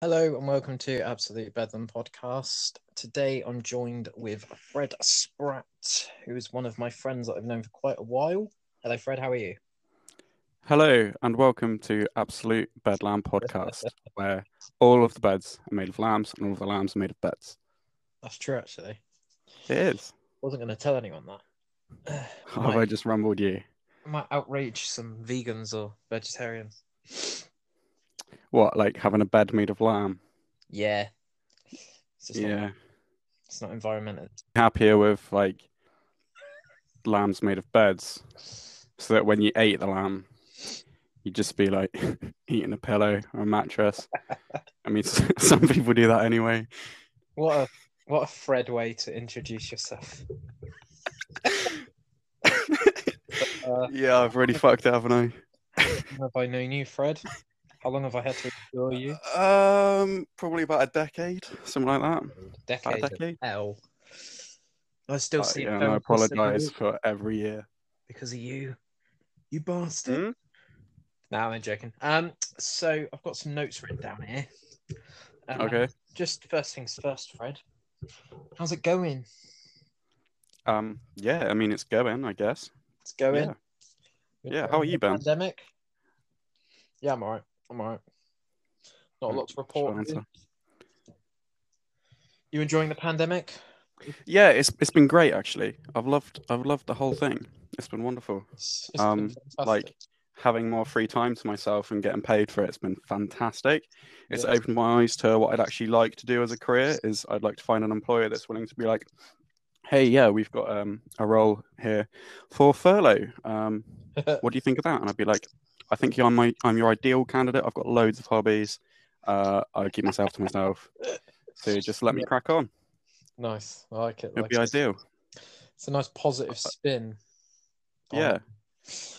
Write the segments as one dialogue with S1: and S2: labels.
S1: Hello and welcome to Absolute Bedlam podcast. Today I'm joined with Fred Spratt, who is one of my friends that I've known for quite a while. Hello, Fred. How are you?
S2: Hello and welcome to Absolute Bedlam podcast, where all of the beds are made of lambs and all of the lambs are made of beds.
S1: That's true, actually.
S2: It is.
S1: Wasn't going to tell anyone that.
S2: Have I just rumbled you?
S1: I might outrage some vegans or vegetarians.
S2: What, like having a bed made of lamb?
S1: Yeah. It's just
S2: Yeah.
S1: Not, it's not environmental.
S2: Happier with like lambs made of beds, so that when you ate the lamb, you'd just be like eating a pillow or a mattress. I mean, s- some people do that anyway.
S1: What a what a Fred way to introduce yourself. Uh,
S2: yeah, I've already fucked it, haven't I?
S1: how have I known you, Fred? How long have I had to endure you?
S2: Um, probably about a decade, something like that.
S1: Decade. of
S2: decade?
S1: Hell. I still
S2: Uh,
S1: see.
S2: yeah,
S1: it
S2: and I
S1: very possibly
S2: apologise for every year.
S1: because of you, you
S2: Hmm?
S1: bastard. No, I'm joking. Um, so I've got some notes written down here. Um,
S2: Okay.
S1: Just first things first, Fred. How's it going?
S2: Um. Yeah. I mean, it's going. I guess.
S1: It's going.
S2: Yeah. Yeah, how are you, Ben?
S1: Pandemic. Yeah, I'm alright. I'm alright. Not a lot to report.
S2: Short Hmm, answer.
S1: You enjoying the pandemic?
S2: Yeah. It's it's been great actually. I've loved I've loved the whole thing. It's been wonderful.
S1: It's- it's
S2: Um,
S1: been fantastic.
S2: like, Having more free time to myself and getting paid for it's been fantastic. It's
S1: Yes.
S2: opened my eyes to what I'd actually like to do as a career. Is I'd like to find an employer that's willing to be like, hey, yeah, we've got um a role here for furlough. Um, what do you think of that? And I'd be like, I think you're my, I'm your ideal candidate. I've got loads of hobbies. Uh, I keep myself to myself. So just let me
S1: Yeah.
S2: crack on.
S1: nice. I like it.
S2: It'd
S1: like
S2: be
S1: it.
S2: ideal.
S1: It's a nice positive spin. on
S2: Yeah.
S1: it.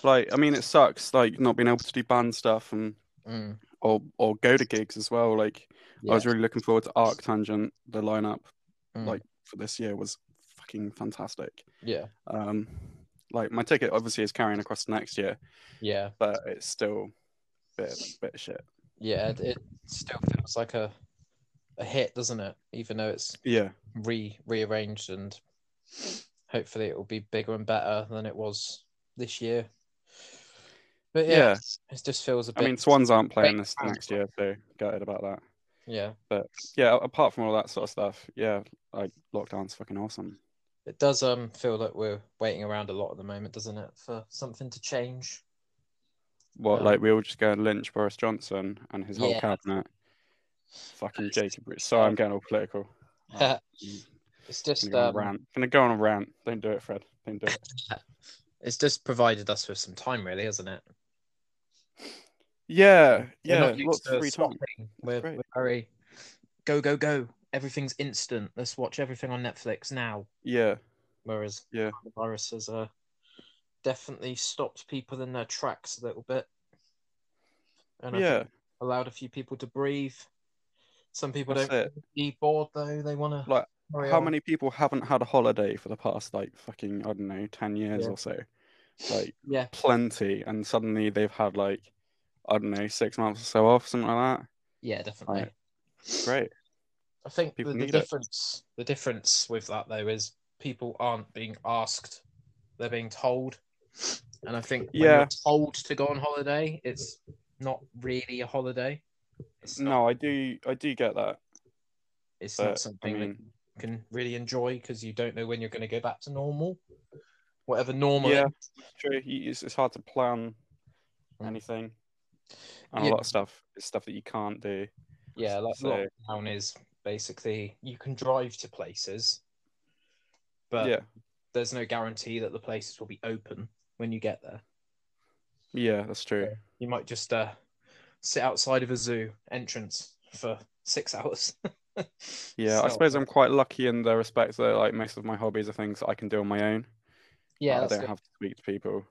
S2: Like, I mean, it sucks, like not being able to do band stuff and
S1: Mm,
S2: or or go to gigs as well. Like,
S1: yeah.
S2: I was really looking forward to Arc Tangent. The lineup
S1: Mm,
S2: like- for this year was fucking fantastic.
S1: yeah.
S2: Um, like my ticket obviously is carrying across to next year,
S1: Yeah.
S2: but it's still a bit bit of shit.
S1: Yeah. It, it still feels like a a hit, doesn't it? Even though it's
S2: Yeah.
S1: re rearranged and hopefully it will be bigger and better than it was this year. But yeah,
S2: Yeah.
S1: it just feels a
S2: I
S1: bit.
S2: mean, Swans aren't playing
S1: Wait,
S2: this next year, so gutted about that.
S1: yeah,
S2: Yeah, apart from all that sort of stuff, yeah, like lockdown's fucking awesome.
S1: it does um feel like we're waiting around a lot at the moment, doesn't it, for something to change?
S2: What,
S1: Yeah.
S2: like, we all just go and lynch Boris Johnson and his whole
S1: Yeah.
S2: cabinet. Fucking Jacob Rees. Sorry, I'm getting all political. Mm. Right.
S1: it's
S2: Gonna
S1: just
S2: go on
S1: um,
S2: a rant. Gonna go on a rant. Don't do it, Fred. Don't do it.
S1: it's just provided us with some time, really, hasn't it?
S2: Yeah,
S1: We're
S2: yeah.
S1: not used
S2: Lots
S1: to
S2: of free time.
S1: stopping. We're,
S2: great.
S1: we're very go go go. Everything's instant. Let's watch everything on Netflix now.
S2: Yeah,
S1: Whereas
S2: Yeah.
S1: the virus has uh, definitely stopped people in their tracks a little bit. And I think
S2: yeah.
S1: allowed a few people to breathe. Some people
S2: That's
S1: don't
S2: it.
S1: be bored though. They want to.
S2: Like, How many people haven't had a holiday for the past, like, fucking, I don't know, 10 years
S1: Yeah.
S2: or so? Like,
S1: Yeah,
S2: plenty, and suddenly they've had, like, I don't know, six months or so off, something like that.
S1: yeah, definitely.
S2: Right. Great.
S1: I think the,
S2: People
S1: the
S2: need it.
S1: difference the difference with that though is people aren't being asked; they're being told. And I think when
S2: Yeah.
S1: you're told to go on holiday, it's not really a holiday. It's not,
S2: No, I do. I do get that.
S1: it's
S2: but, I
S1: not something that
S2: mean-
S1: you can really enjoy because you don't know when you're going to go back to normal. Whatever normal.
S2: Yeah.
S1: is.
S2: True. you- It's, it's hard to plan
S1: Mm.
S2: anything, and
S1: Yeah.
S2: a lot of stuff is stuff that you can't do.
S1: Yeah, like
S2: So-
S1: lockdown is basically you can drive to places, but
S2: yeah,
S1: there's no guarantee that the places will be open when you get there.
S2: yeah, that's true.
S1: You might just uh, sit outside of a zoo entrance for six hours.
S2: Yeah,
S1: So-
S2: I suppose I'm quite lucky in the respect that like most of my hobbies are things that I can do on my own.
S1: Yeah,
S2: Like, I
S1: that's
S2: don't
S1: good.
S2: have to speak to people.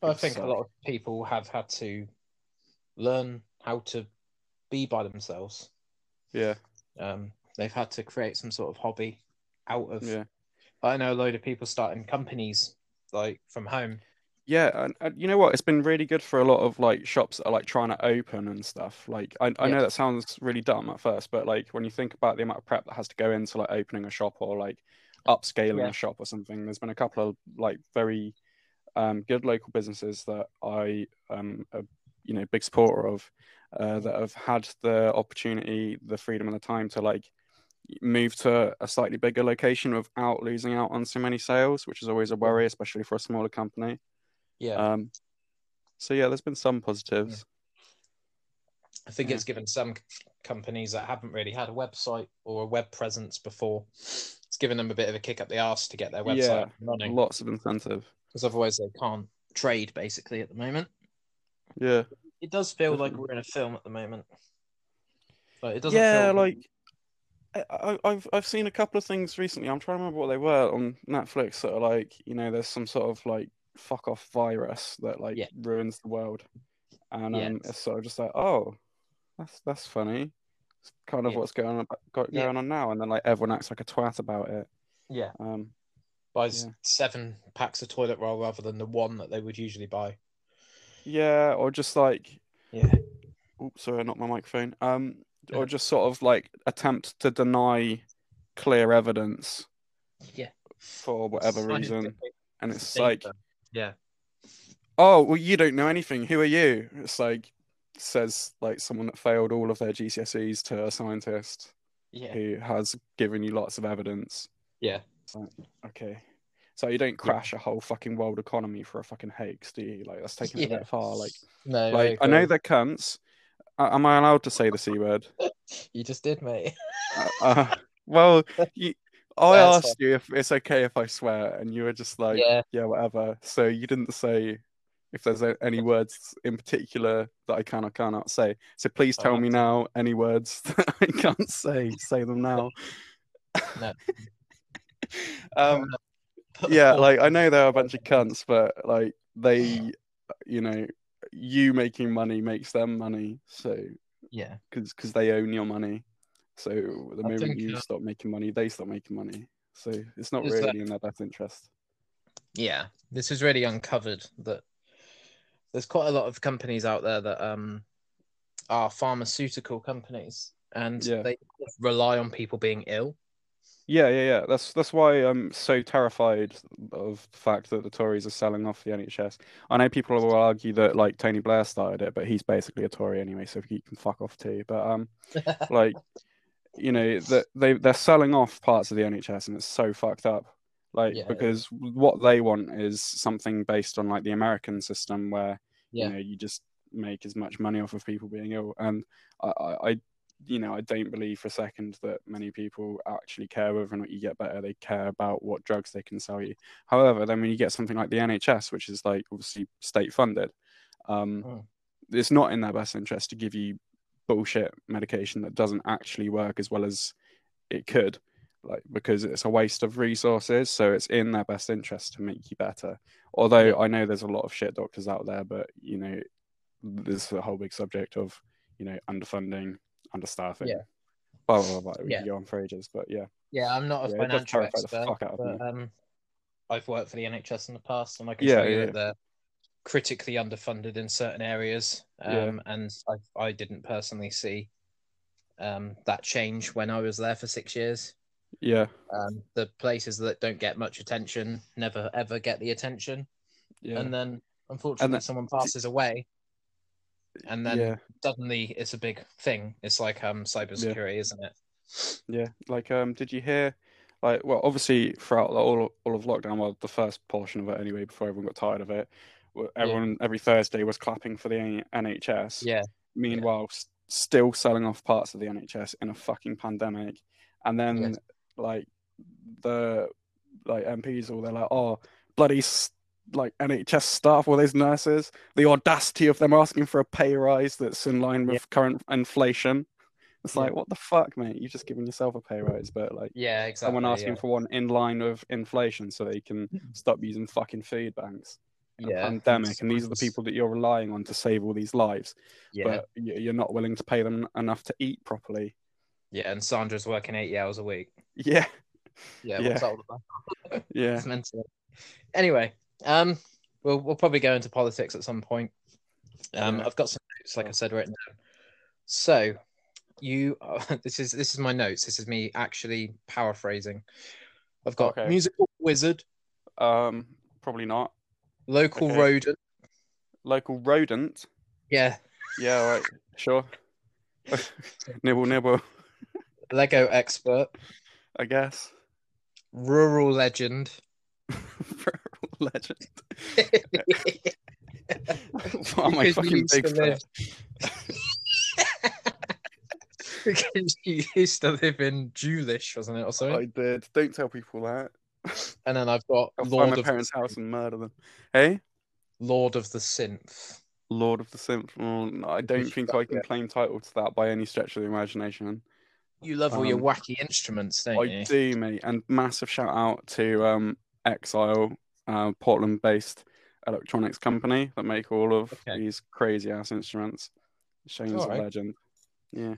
S1: But I think a
S2: so-
S1: lot of people have had to learn how to be by themselves.
S2: Yeah,
S1: Um, they've had to create some sort of hobby out of.
S2: yeah,
S1: I know a load of people starting companies like from home.
S2: Yeah, and, and you know what? It's been really good for a lot of like shops that are like trying to open and stuff. Like, I, I
S1: Yeah.
S2: know that sounds really dumb at first, but like when you think about the amount of prep that has to go into like opening a shop or like upscaling
S1: Yeah.
S2: a shop or something, there's been a couple of like very um, good local businesses that I um, a you know big supporter of uh, that have had the opportunity, the freedom, and the time to like move to a slightly bigger location without losing out on so many sales, which is always a worry, especially for a smaller company.
S1: Yeah.
S2: Um, so yeah, there's been some positives.
S1: I think
S2: Yeah.
S1: it's given some c- companies that haven't really had a website or a web presence before, it's given them a bit of a kick up the arse to get their website
S2: Yeah.
S1: up and running
S2: Lots of incentive.
S1: because otherwise they can't trade basically at the moment.
S2: Yeah.
S1: It does feel like
S2: Definitely.
S1: we're in a film at the moment. Like, it doesn't
S2: yeah,
S1: feel
S2: like I, I- I've I've seen a couple of things recently. I'm trying to remember what they were on Netflix that are like, you know, there's some sort of like fuck off virus that like
S1: Yeah.
S2: ruins the world, and
S1: Yeah.
S2: um, it's sort of just like, oh, that's that's funny. It's kind of
S1: Yeah.
S2: what's going on got
S1: Yeah.
S2: going on now, and then like everyone acts like a twat about it.
S1: yeah.
S2: Um,
S1: Buys
S2: yeah.
S1: seven packs of toilet roll rather than the one that they would usually buy.
S2: yeah, or just like,
S1: Yeah.
S2: oops, sorry, not my microphone. Um,
S1: Yeah.
S2: or just sort of like attempt to deny clear evidence
S1: Yeah.
S2: for whatever reason. and it's like,
S1: Yeah.
S2: oh, well, you don't know anything. Who are you? It's like says like someone that failed all of their GCSEs to a scientist
S1: Yeah.
S2: who has given you lots of evidence.
S1: Yeah.
S2: It's like, okay, so you don't crash a whole fucking world economy for a fucking hoax, do you? Like that's taken it a
S1: Yeah.
S2: bit far. Like,
S1: No,
S2: like I know they're cunts. A- am I allowed to say the c word?
S1: you just did, mate.
S2: Uh, uh, well, you, I
S1: That's
S2: asked you if it's okay if I swear, and you were just like,
S1: yeah.
S2: yeah, whatever. So you didn't say if there's a- any words in particular that I can or cannot say. So please tell me now any words that I can't say. Say them now.
S1: No.
S2: um,
S1: Put the
S2: yeah,
S1: fork
S2: like I
S1: in.
S2: know they're a bunch of cunts, but like they, you know, you making money makes them money. So
S1: Yeah.
S2: because they own your money. So the
S1: I
S2: moment
S1: think,
S2: you
S1: uh,
S2: stop making money, they stop making money. So it's not
S1: Is
S2: really
S1: that-
S2: in their best interest.
S1: yeah this is really uncovered that there's quite a lot of companies out there that um are pharmaceutical companies and
S2: Yeah.
S1: they rely on people being ill
S2: Yeah, yeah, yeah. That's that's why I'm so terrified of the fact that the Tories are selling off the NHS. I know people will argue that like Tony Blair started it, but he's basically a Tory anyway, so he can fuck off too. But um, like, you know, that they they're selling off parts of the NHS, and it's so fucked up. Like,
S1: Yeah, yeah.
S2: because what they want is something based on like the American system where
S1: Yeah.
S2: you know you just make as much money off of people being ill, and I, I, I you know, I don't believe for a second that many people actually care whether or not you get better. They care about what drugs they can sell you. However, then when you get something like the NHS, which is like obviously state funded, um,
S1: Mm.
S2: it's not in their best interest to give you bullshit medication that doesn't actually work as well as it could, like because it's a waste of resources. So it's in their best interest to make you better. Although I know there's a lot of shit doctors out there, but you know, there's the whole big subject of you know underfunding, understaffing.
S1: Yeah.
S2: Blah, blah, blah, blah. We
S1: Yeah.
S2: could go on for ages, but yeah.
S1: yeah i'm not a
S2: Yeah, it does
S1: financial
S2: terrify the
S1: expert
S2: fuck out of
S1: but, um i've worked for the nhs in the past and i can
S2: Yeah,
S1: tell you
S2: yeah.
S1: that they're critically underfunded in certain areas
S2: Yeah.
S1: um and I, I didn't personally see um that change when i was there for six years
S2: Yeah.
S1: um, the places that don't get much attention never ever get the attention
S2: Yeah.
S1: and then unfortunately
S2: then-
S1: someone passes away and then
S2: yeah.
S1: suddenly it's a big thing it's like um cybersecurity isn't it
S2: Yeah. Like, um, did you hear? Like, well, obviously, throughout the- all all of lockdown, well, the first portion of it anyway, before everyone got tired of it, w- everyone every Thursday was clapping for the N- NHS.
S1: yeah
S2: Meanwhile, s- still selling off parts of the NHS in a fucking pandemic, and then
S1: Yes.
S2: like the like MPs all they're like, oh, bloody s- like NHS staff, all those nurses, the audacity of them asking for a pay rise that's in line
S1: Yeah.
S2: with current inflation. It's
S1: Yeah.
S2: like, what the fuck, mate? You've just given yourself a pay rise, but like
S1: yeah exactly
S2: someone asking
S1: yeah.
S2: for one in line with inflation so they can stop using fucking food banks. in a
S1: Yeah.
S2: pandemic, and these are the people that you're relying on to save all these lives,
S1: yeah
S2: but y- you're not willing to pay them enough to eat properly.
S1: yeah and sandra's working 80 hours a week
S2: Yeah,
S1: yeah,
S2: Yeah.
S1: what's that all about?
S2: yeah.
S1: It's mental. anyway um We'll we'll probably go into politics at some point. Um,
S2: Yeah.
S1: I've got some notes, like I said, written down. So, you this is this is my notes. This is me actually paraphrasing. I've got
S2: Okay.
S1: musical wizard,
S2: Um, probably not.
S1: local
S2: Okay.
S1: rodent.
S2: Local rodent.
S1: Yeah,
S2: Yeah, all right, sure. nibble, nibble.
S1: Lego expert,
S2: I guess.
S1: rural legend.
S2: Rural legend. Why am
S1: Because
S2: I
S1: we
S2: fucking
S1: used to
S2: big
S1: live- because you used to live in Jewlish, wasn't it, or something?
S2: I did. Don't tell people that.
S1: and then I've got
S2: I'll find
S1: Lord
S2: my
S1: of
S2: parents' house and murder them. Hey,
S1: Lord of the Synth.
S2: Lord of the Synth. Oh, no, I don't
S1: should
S2: think
S1: not
S2: I can claim title to that by any stretch of the imagination.
S1: You love all your
S2: Um,
S1: wacky instruments, don't
S2: I
S1: you?
S2: do, mate. And massive shout out to um, Exile, uh, Portland-based electronics company that make all of
S1: Okay.
S2: these crazy ass instruments. Shane's a
S1: Alright.
S2: legend. Yeah,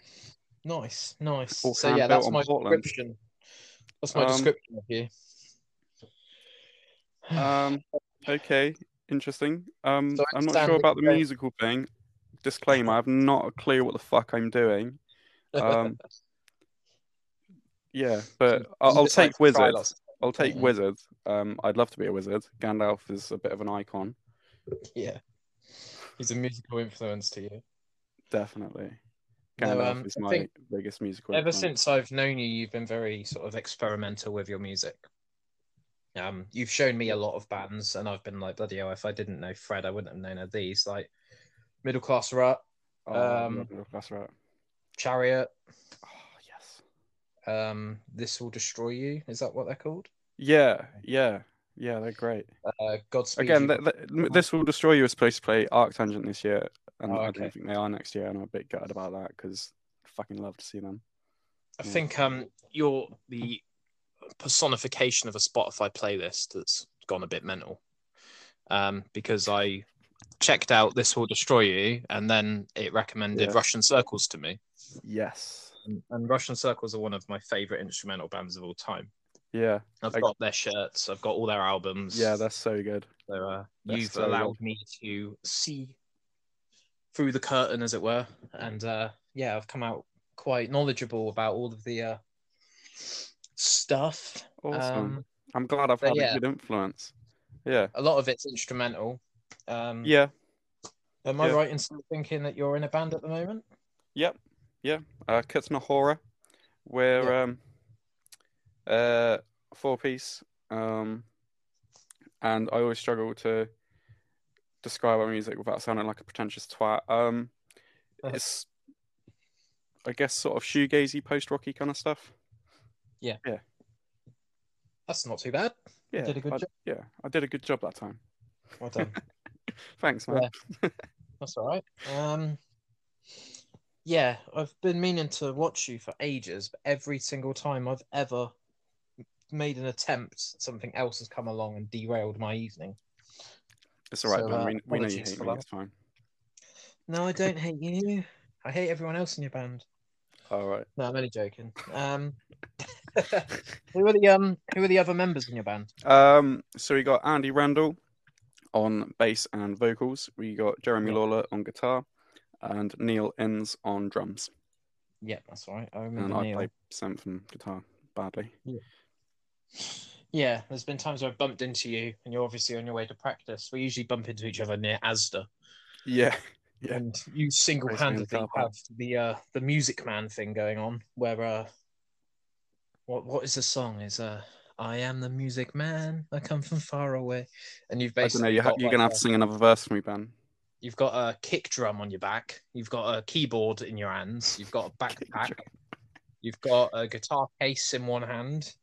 S1: Nice, nice.
S2: All
S1: so yeah,
S2: hand-built
S1: that's
S2: on
S1: my
S2: Portland.
S1: description. That's my
S2: Um,
S1: description of you.
S2: Um, okay, interesting. Um,
S1: So I
S2: I'm not
S1: understand
S2: sure
S1: that
S2: about the
S1: you're-
S2: musical thing. Disclaimer: I've not a clue what the fuck I'm doing. Um, yeah, but I'll,
S1: You
S2: I'll
S1: just like
S2: take Wizard.
S1: Krylos.
S2: I'll take
S1: Yeah.
S2: Wizard. Um, I'd love to be a wizard. Gandalf is a bit of an icon,
S1: Yeah, he's a musical influence to you.
S2: definitely.
S1: No,
S2: Gandalf
S1: um,
S2: is
S1: I
S2: my
S1: think
S2: biggest musical.
S1: Ever
S2: influence.
S1: since I've known you, you've been very sort of experimental with your music. Um, you've shown me a lot of bands, and I've been like, bloody hell, if I didn't know Fred, I wouldn't have known of these. Like Middle Class Rut,
S2: Oh, I
S1: um,
S2: love Middle Class Rat.
S1: Chariot,
S2: Oh, yes.
S1: um, This Will Destroy You. Is that what they're called?
S2: Yeah, yeah, yeah. They're great.
S1: Uh, Godspeed.
S2: Again,
S1: You
S2: th- th- this will destroy you. Is supposed to play Arctangent this year, and
S1: Oh,
S2: I
S1: okay.
S2: don't think they are next year, and I'm a bit gutted about that because fucking love to see them.
S1: I
S2: Yeah.
S1: think um you're the personification of a Spotify playlist that's gone a bit mental. Um, because I checked out This Will Destroy You and then it recommended
S2: Yeah.
S1: Russian Circles to me.
S2: Yes.
S1: And, and Russian Circles are one of my favorite instrumental bands of all time.
S2: Yeah.
S1: I've
S2: I-
S1: got their shirts, I've got all their albums.
S2: Yeah. That's so good.
S1: So, uh,
S2: that's
S1: you've
S2: so good.
S1: allowed me to see through the curtain, as it were. And uh, yeah, I've come out quite knowledgeable about all of the uh, stuff.
S2: Awesome.
S1: Um,
S2: I'm glad I've
S1: but
S2: had
S1: yeah.
S2: a good influence. Yeah.
S1: a lot of it's instrumental. Um,
S2: Yeah.
S1: Am I
S2: yeah.
S1: right in still thinking that you're in a band at the moment?
S2: Uh, Kutsna Horror. We're um, uh, four piece. Um, and I always struggle to describe our music without sounding like a pretentious twat. Um,
S1: Uh-huh.
S2: it's, I guess, sort of shoegazy, post rocky kind of stuff.
S1: That's not too bad.
S2: Yeah.
S1: did a good
S2: I-
S1: job.
S2: Yeah, I did a good job that time.
S1: Well done.
S2: Thanks, man.
S1: Yeah. That's all right. Um, yeah, I've been meaning to watch you for ages, but every single time I've ever made an attempt, something else has come along and derailed my evening.
S2: It's all right,
S1: So,
S2: man.
S1: uh,
S2: we, we know you
S1: apologies
S2: hate
S1: for
S2: me.
S1: that.
S2: It's fine.
S1: No, I don't hate you. I hate everyone else in your band.
S2: All right.
S1: No, I'm only joking. Um, who are the um who are the other members in your band?
S2: Um, so we got Andy Randall on bass and vocals. We got Jeremy
S1: Yeah.
S2: Lawler on guitar, and Neil Innes on drums.
S1: Yeah, that's all right. I
S2: And
S1: remember
S2: I
S1: Mm, Neil.
S2: play synth and guitar badly.
S1: Yeah, there's been times where I've bumped into you, and you're obviously on your way to practice. We usually bump into each other near ASDA.
S2: Yeah, Yeah.
S1: and you single-handedly
S2: Basically,
S1: have the uh, the Music Man thing going on, where uh, what what is the song? Is uh, I am the Music Man. I come from far away, and you've
S2: I don't know.
S1: basically
S2: You ha-
S1: got,
S2: you're
S1: like,
S2: gonna have
S1: a-
S2: to sing another verse for me, Ben.
S1: you've got a kick drum on your back, you've got a keyboard in your hands, you've got a backpack, you've got a guitar case in one hand.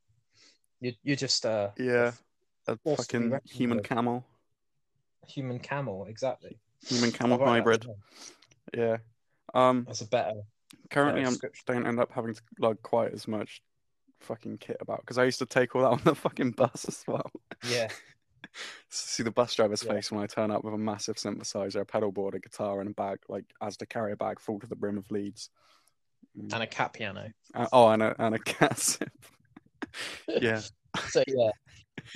S1: You you're just a
S2: Yeah,
S1: Forced to
S2: a
S1: be
S2: fucking
S1: reckoned
S2: human
S1: with.
S2: camel,
S1: human camel, exactly.
S2: human camel
S1: All right,
S2: hybrid. Yeah. Um,
S1: That's a better.
S2: currently
S1: better
S2: I'm
S1: description.
S2: don't end up having to lug quite as much fucking kit about because I used to take all that on the fucking bus as well.
S1: Yeah.
S2: See the bus driver's
S1: Yeah.
S2: face when I turn up with a massive synthesizer, a pedal board, a guitar, and a bag, like as the carrier bag full to the brim of leads.
S1: and a cat piano.
S2: Uh, oh, and a and a cat. sip. yeah,
S1: So yeah,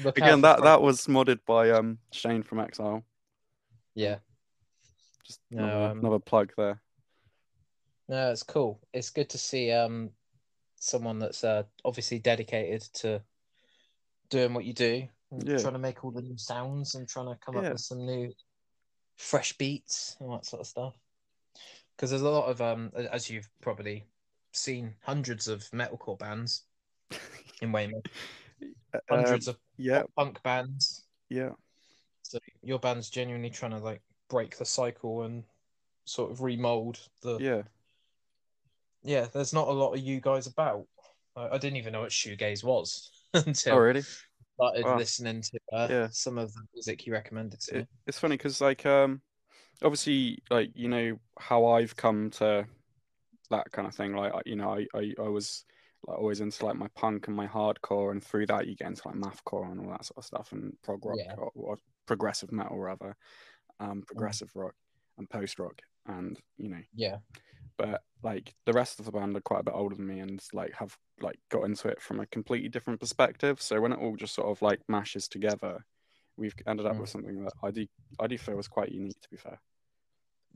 S1: Look out
S2: Again,
S1: for
S2: that
S1: Frank.
S2: that was modded by um Shane from Exile.
S1: yeah,
S2: Just
S1: No,
S2: another,
S1: um,
S2: another plug there.
S1: no, it's cool. It's good to see um someone that's uh, obviously dedicated to doing what you do, and
S2: Yeah.
S1: trying to make all the new sounds and trying to come
S2: Yeah.
S1: up with some new fresh beats and all that sort of stuff. Because there's a lot of um, as you've probably seen, hundreds of metalcore bands in Weymouth,
S2: Uh,
S1: hundreds of
S2: yeah,
S1: punk bands.
S2: yeah,
S1: So your band's genuinely trying to like break the cycle and sort of remold the
S2: yeah.
S1: yeah, there's not a lot of you guys about. I, I didn't even know what shoegaze was until
S2: Oh, really?
S1: I started
S2: wow.
S1: listening to uh,
S2: Yeah.
S1: some of the music you recommended to me.
S2: It- it's funny because like um obviously like you know how i've come to that kind of thing like I- you know i i, I was like always into like my punk and my hardcore and through that you get into like mathcore and all that sort of stuff and prog rock
S1: Yeah. Mm.
S2: or, or progressive metal rather um progressive rock and post rock and you know
S1: Yeah,
S2: but like the rest of the band are quite a bit older than me and like have like got into it from a completely different perspective so when it all just sort of like mashes together we've ended up
S1: Mm.
S2: with something that i do i do feel was quite unique to be fair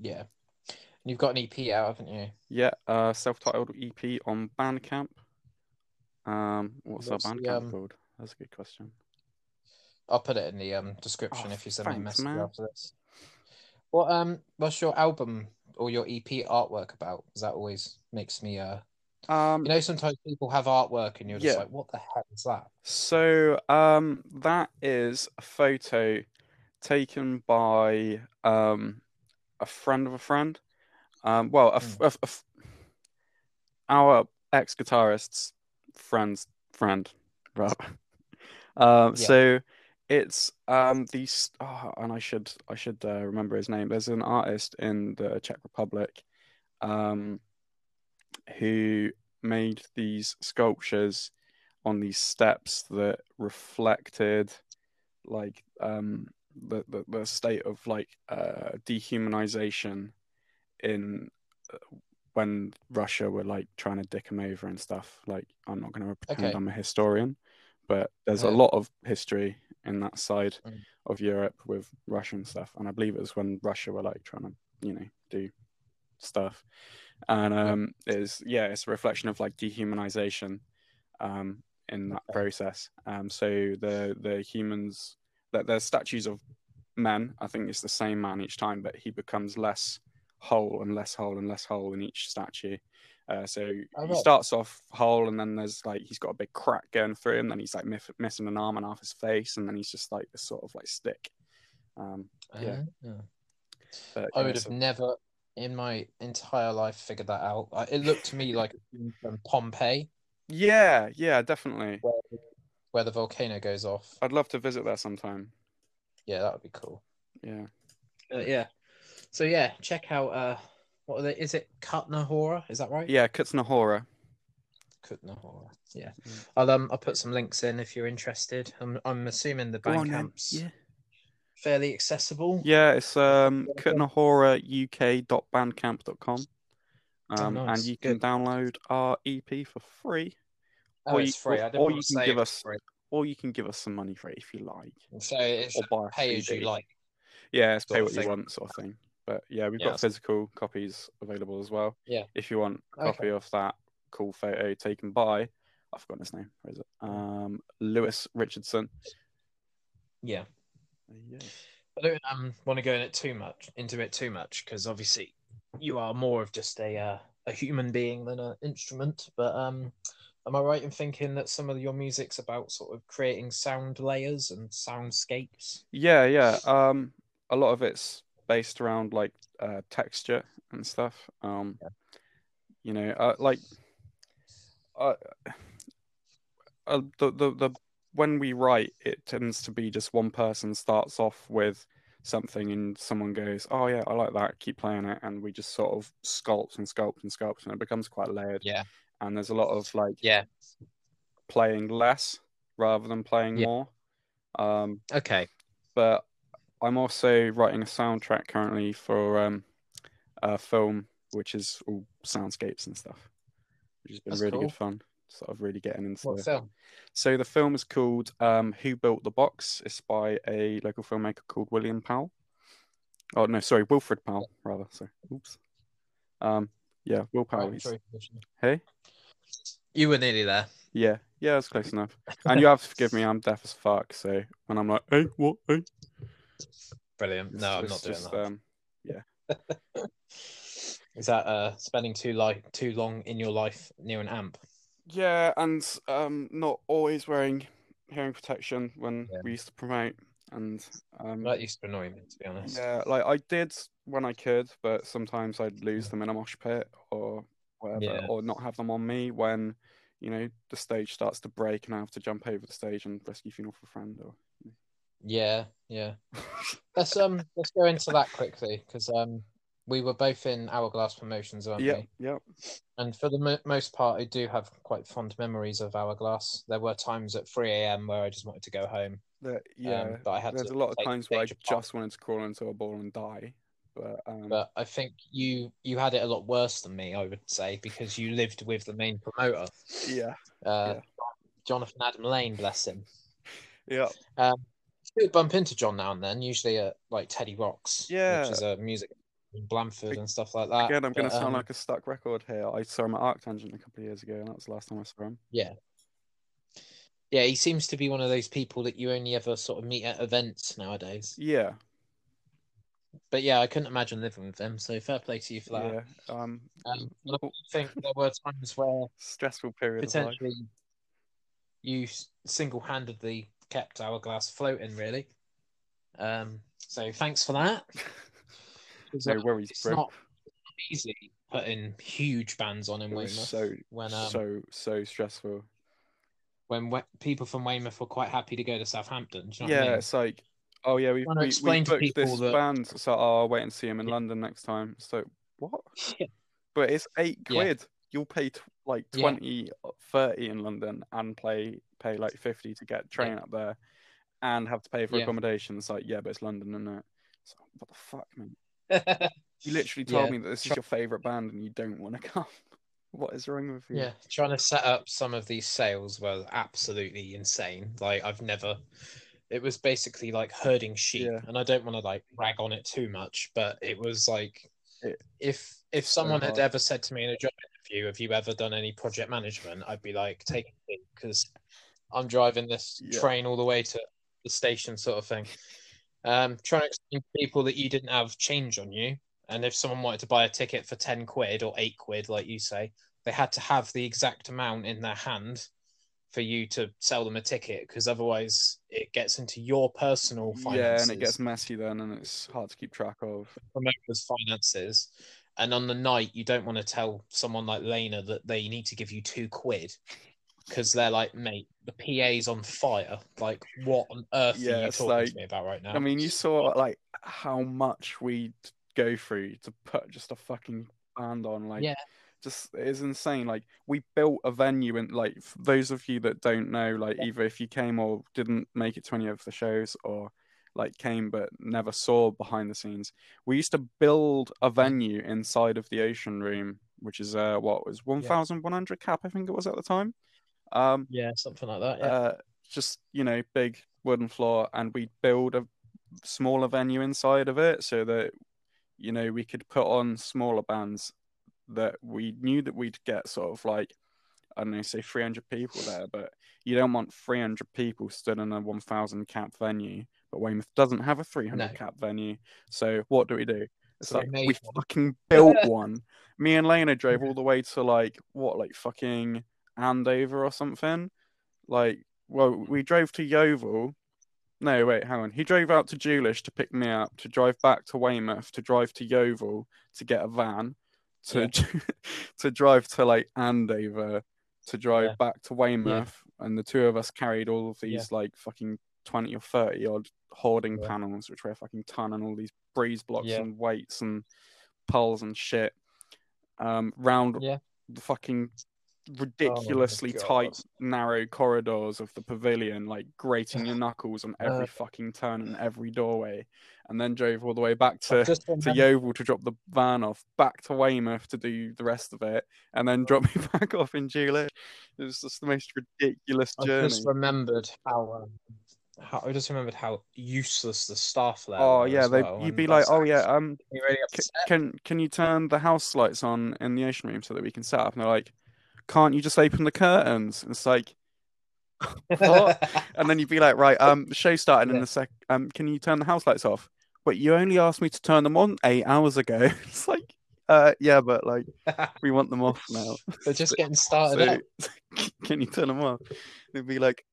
S1: yeah. And you've got an EP out, haven't you?
S2: yeah uh self-titled ep on bandcamp um what's our
S1: What's the,
S2: bandcamp
S1: um,
S2: called that's a good question
S1: I'll put it in the um description
S2: Oh,
S1: if you send me a
S2: thanks,
S1: message
S2: man.
S1: after this. What um, what's your album or your EP artwork about? 'Cause that always makes me uh,
S2: um
S1: you know, sometimes people have artwork and you're just
S2: Yeah.
S1: like, what the hell is that?
S2: So um, that is a photo taken by um, a friend of a friend. Um, well, a f- a f- a f- our ex guitarist's friend's friend, right? Um,
S1: Yeah.
S2: So it's um, the s- oh, and I should I should uh, remember his name. There's an artist in the Czech Republic um, who made these sculptures on these steps that reflected like um the the, the state of like uh dehumanization in uh, when Russia were like trying to dick them over and stuff like I'm not going to pretend
S1: Okay.
S2: I'm a historian but there's a
S1: Yeah.
S2: lot of history in that side
S1: Mm.
S2: of Europe with Russian stuff and I believe it was when Russia were like trying to you know do stuff and
S1: Yeah.
S2: um is yeah it's a reflection of like dehumanization um in that
S1: Okay.
S2: process um so the the humans that there's statues of men i think it's the same man each time but he becomes less whole and less whole and less whole in each statue uh, so
S1: Oh,
S2: he
S1: right.
S2: starts off whole and then there's like he's got a big crack going through him then he's like miff- missing an arm and half his face and then he's just like this sort of like stick um Yeah.
S1: Uh,
S2: but,
S1: I
S2: yeah,
S1: would have
S2: so-
S1: never in my entire life figured that out. I, it looked to me like a scene from Pompeii,
S2: yeah yeah definitely
S1: where the volcano goes off.
S2: i'd love to visit there sometime
S1: Yeah, that would be cool.
S2: yeah
S1: Uh, yeah. So yeah, check out uh, what are they, is it Kutna Horror? Is that right?
S2: yeah kutsuna horror
S1: Kutna Horror. Yeah.
S2: Mm.
S1: I'll um I'll put some links in if you're interested. I'm I'm assuming the
S2: Go on,
S1: band
S2: then.
S1: camps fairly accessible.
S2: Yeah, it's um kutnahora.uk.bandcamp.com. Um,
S1: Oh, nice.
S2: and you can
S1: Good.
S2: download our EP for free,
S1: Oh,
S2: or you-
S1: it's free. I
S2: or-
S1: didn't
S2: or
S1: want
S2: you
S1: to
S2: can
S1: say
S2: give
S1: it was
S2: us-
S1: free.
S2: or you can give us some money for it if you like,
S1: So it's
S2: or buy a
S1: pay as you
S2: CD.
S1: like.
S2: Yeah, it's
S1: sort
S2: pay
S1: of
S2: what you
S1: thing.
S2: want sort of thing. But yeah, we've
S1: Yeah,
S2: got
S1: that's-
S2: physical copies available as well.
S1: Yeah.
S2: If you want a
S1: Okay.
S2: copy of that cool photo taken by, I've forgotten his name. Where is it?
S1: Mm.
S2: Um, Lewis Richardson.
S1: Uh, Yeah.
S2: Yeah.
S1: I don't um, want to go in it too much into it too much because obviously you are more of just a uh, a human being than an instrument. But um, am I right in thinking that some of your music's about sort of creating sound layers and soundscapes?
S2: Yeah, yeah. Um, a lot of it's based around like uh, texture and stuff. Um, you know, uh, like, uh, uh, the the the when we write, it tends to be just one person starts off with something and someone goes, "Oh yeah, I like that. Keep playing it," and we just sort of sculpt and sculpt and sculpt, and it becomes quite layered.
S1: Yeah.
S2: And there's a lot of like
S1: Yeah.
S2: playing less rather than playing
S1: Yeah.
S2: more. Um,
S1: Okay.
S2: but I'm also writing a soundtrack currently for um, a film which is all soundscapes and stuff, which has been
S1: That's
S2: really
S1: cool.
S2: good fun sort of really getting into
S1: What
S2: the-
S1: film?
S2: So the film is called um, Who Built the Box? It's by a local filmmaker called William Powell. Oh no, sorry, Wilfred Powell, rather. Sorry. Oops. Um, yeah, Will Powell.
S1: Right,
S2: he's-
S1: sorry, Commissioner.
S2: Hey?
S1: You were nearly there.
S2: Yeah, yeah, that's close enough. And you have to forgive me, I'm deaf as fuck. So when I'm like, hey, what, hey?
S1: Brilliant.
S2: it's
S1: No, I'm not
S2: just-
S1: doing
S2: just,
S1: that. Is
S2: Um,
S1: that uh, spending too li- too long in your life near an amp?
S2: yeah, and um, not always wearing hearing protection when
S1: Yeah.
S2: we used to promote. And um,
S1: That used to annoy me, to be honest.
S2: Yeah, like I did when I could, but sometimes I'd lose them in a mosh pit or whatever,
S1: Yeah.
S2: or not have them on me when you know the stage starts to break and I have to jump over the stage and rescue funeral for a friend. Or
S1: Yeah, yeah. Let's um let's go into that quickly because um we were both in Hourglass Promotions, weren't
S2: yeah,
S1: we?
S2: yeah,
S1: And for the mo- most part, I do have quite fond memories of Hourglass. There were times at 3 a.m. where I just wanted to go home.
S2: the-
S1: um,
S2: yeah.
S1: but I had
S2: There's
S1: to
S2: a lot of
S1: take
S2: times where I
S1: stage apart.
S2: just wanted to crawl into a ball and die, but um,
S1: But I think you you had it a lot worse than me, I would say, because you lived with the main promoter,
S2: yeah,
S1: uh,
S2: Yeah.
S1: Jonathan Adam Lane, bless him.
S2: yeah,
S1: Um, you do bump into John now and then, usually at like Teddy Rocks,
S2: Yeah.
S1: which is a music in Blamford and stuff like that.
S2: Again, I'm going
S1: But,
S2: to sound
S1: um,
S2: like a stuck record here. I saw him at Arctangent a couple of years ago, and that was the last time I saw him.
S1: yeah, he seems to be one of those people that you only ever sort of meet at events nowadays.
S2: Yeah,
S1: But yeah, I couldn't imagine living with him, so fair play to you for that.
S2: yeah. Um,
S1: Um, but I think there were times where
S2: stressful period of life.
S1: potentially you s- single-handedly kept hourglass floating really um so thanks for that It's
S2: No
S1: not-
S2: worries,
S1: it's
S2: bro.
S1: not easy putting huge bands on in
S2: It was
S1: weymouth
S2: so
S1: when um,
S2: so so stressful.
S1: when we- people from weymouth were quite happy to go to southampton do you know
S2: yeah,
S1: what I mean?
S2: it's like oh yeah, we
S1: Trying to
S2: we, we
S1: explain to
S2: booked
S1: people
S2: this
S1: that-
S2: band, so oh, I'll wait and see him in
S1: Yeah.
S2: London next time. So what?
S1: Yeah.
S2: But it's eight
S1: Yeah.
S2: quid. You'll pay t- like
S1: Yeah.
S2: 20, 30 in London and play pay like fifty to get train up there, and have to pay for
S1: Yeah.
S2: accommodation. It's like yeah, but it's London, isn't it? It's like, what the fuck, man?
S1: yeah
S2: You literally told
S1: Yeah.
S2: me that this is your favorite band and you don't want to come. What is wrong with you?
S1: trying to set up some of these sales was absolutely insane like i've never it was basically like herding sheep
S2: Yeah.
S1: and i don't want to like rag on it too much but it was like
S2: It-
S1: if if someone had
S2: hard.
S1: ever said to me in a job interview have you ever done any project management i'd be like take it because i'm driving this
S2: Yeah.
S1: train all the way to the station sort of thing um trying to explain to people that you didn't have change on you and if someone wanted to buy a ticket for 10 quid or 8 quid like you say they had to have the exact amount in their hand for you to sell them a ticket because otherwise it gets into your personal
S2: Yeah,
S1: finances,
S2: and it gets messy then, and it's hard to keep track of.
S1: promoters' finances. And on the night, you don't want to tell someone like Lena that they need to give you two quid because they're like, mate, the PA's on fire. Like, what on earth
S2: Yeah,
S1: are you
S2: it's
S1: talking
S2: like-
S1: to me about right now?
S2: I mean, you saw like how much we go through to put just a fucking band on. Like,
S1: Yeah.
S2: just it is insane. Like, we built a venue, and like f- those of you that don't know, like either if you came or didn't make it to any of the shows, or like came but never saw behind the scenes, we used to build a venue inside of the Ocean Room, which is uh what was one thousand one hundred cap, I think it was at the time. Um,
S1: yeah, something like that. Yeah.
S2: uh, just you know big wooden floor and we'd build a smaller venue inside of it so that you know we could put on smaller bands that we knew that we'd get sort of like I don't know, say 300 people there, but you don't want 300 people stood in a 1,000 cap venue. But Weymouth doesn't have a 300
S1: No.
S2: cap venue. So what do we do? It's
S1: So we
S2: like,
S1: made
S2: we
S1: one.
S2: fucking built one. Me and Lena drove all the way to like, what, like fucking Andover or something? Like, well, we drove to Yeovil. No, wait, hang on. He drove out to Jewlish to pick me up, to drive back to Weymouth, to drive to Yeovil to get a van, to to drive to like Andover, to drive
S1: Yeah.
S2: back to Weymouth, and the two of us carried all of
S1: Yeah.
S2: these like fucking twenty or thirty odd hoarding
S1: Yeah.
S2: panels, which were a fucking ton, and all these breeze blocks
S1: Yeah.
S2: and weights and poles and shit, um, round
S1: Yeah. Oh
S2: the fucking ridiculously
S1: God.
S2: tight, narrow corridors of the pavilion, like grating your knuckles on every
S1: Uh.
S2: fucking turn and every doorway, and then drove all the way back
S1: I
S2: to
S1: just
S2: to
S1: remember-
S2: Yeovil to drop the van off, back to Weymouth to do the rest of it, and then drop me back off in Julie. It was just the most ridiculous
S1: I
S2: journey.
S1: just remembered how, um, how I just remembered how useless the staff there.
S2: Oh
S1: were
S2: yeah,
S1: as
S2: they,
S1: well,
S2: you'd
S1: and
S2: be like,
S1: that's
S2: oh yeah,
S1: actually
S2: um,
S1: really
S2: c-
S1: upset.
S2: can can you turn the house lights on in the ocean room so that we can set up? And they're like, can't you just open the curtains? And it's like, what? and then you'd be like, right, um, the show's starting in
S1: Yeah.
S2: a sec. Um, can you turn the house lights off? But you only asked me to turn them on eight hours ago. It's like, uh, yeah, but like we want them off now.
S1: They're just getting started
S2: So,
S1: up,
S2: can you turn them off? They'd be like,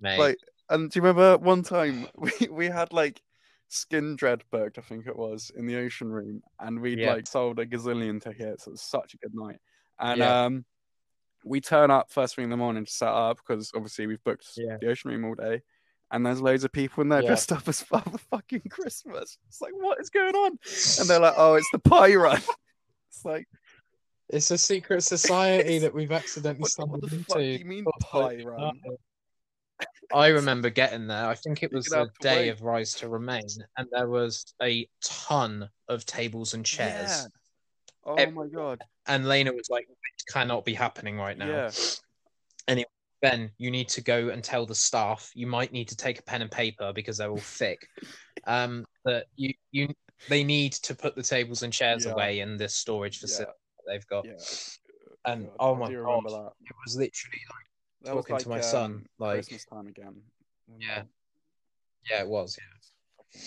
S1: mate.
S2: like, and do you remember one time we, we had like skin dread burged, I think it was, in the ocean room, and we'd
S1: Yeah.
S2: like sold a gazillion tickets. It was such a good night. And
S1: Yeah.
S2: um we turn up first thing in the morning to set up because obviously we've booked
S1: Yeah.
S2: the ocean room all day. And there's loads of people in there
S1: Yeah.
S2: dressed up as Father fucking Christmas. It's like, what is going on? And they're like, oh, it's the pie run. It's like,
S1: it's a secret society that we've accidentally
S2: what,
S1: stumbled
S2: what the fuck do
S1: into.
S2: you mean
S1: Oh,
S2: pie run?
S1: I remember getting there. I think it
S2: You
S1: was
S2: could
S1: the
S2: have to
S1: day
S2: wait.
S1: of Rise to Remain, and there was a ton of tables and chairs.
S2: Yeah. Oh
S1: Ev-
S2: my god.
S1: And Lena was like, "It cannot be happening right now."
S2: Yeah.
S1: Anyway, Ben, you need to go and tell the staff. You might need to take a pen and paper because they're all thick. Um, that you you they need to put the tables and chairs
S2: Yeah.
S1: away in this storage
S2: Yeah.
S1: facility that they've got.
S2: Yeah.
S1: And
S2: God,
S1: oh
S2: I
S1: my
S2: do
S1: god,
S2: remember that.
S1: it was literally
S2: That was
S1: Talking to
S2: like,
S1: my son,
S2: um,
S1: like-
S2: Christmas time again. Oh
S1: Yeah. yeah, it was. Yeah.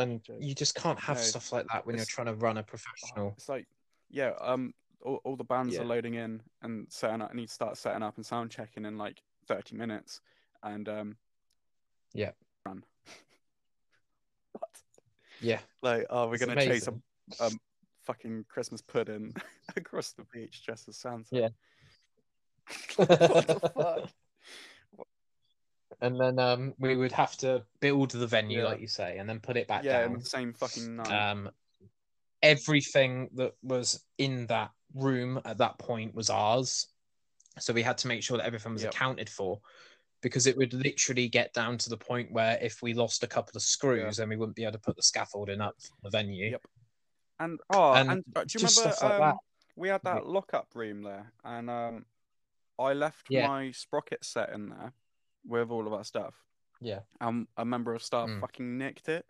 S1: And you just can't have
S2: No,
S1: stuff like that when you're
S2: it's-
S1: trying to run a
S2: Oh,
S1: professional.
S2: It's like, yeah, um, all, all the bands
S1: Yeah.
S2: are loading in and setting up. I need to start setting up and sound checking in like thirty minutes, and um,
S1: Yeah.
S2: run.
S1: Yeah,
S2: like, oh, we're
S1: It's
S2: gonna chase
S1: amazing.
S2: a um, fucking Christmas pudding across the beach dressed as Santa.
S1: Yeah.
S2: what the fuck?
S1: and then um, we would have to build the venue,
S2: Yeah.
S1: like you say, and then put it back
S2: yeah,
S1: down.
S2: in the same fucking night.
S1: Um, everything that was in that room at that point was ours. So we had to make sure that everything was
S2: Yep.
S1: accounted for because it would literally get down to the point where if we lost a couple of screws, then we wouldn't be able to put the scaffolding up for the venue.
S2: Yep. And oh, and,
S1: And
S2: uh, do you
S1: just
S2: remember
S1: stuff like that.
S2: um, we had
S1: Like-
S2: that lockup room there, and um, I left
S1: Yeah.
S2: my sprocket set in there with all of our stuff.
S1: Yeah.
S2: and a member of staff
S1: Mm.
S2: fucking nicked it.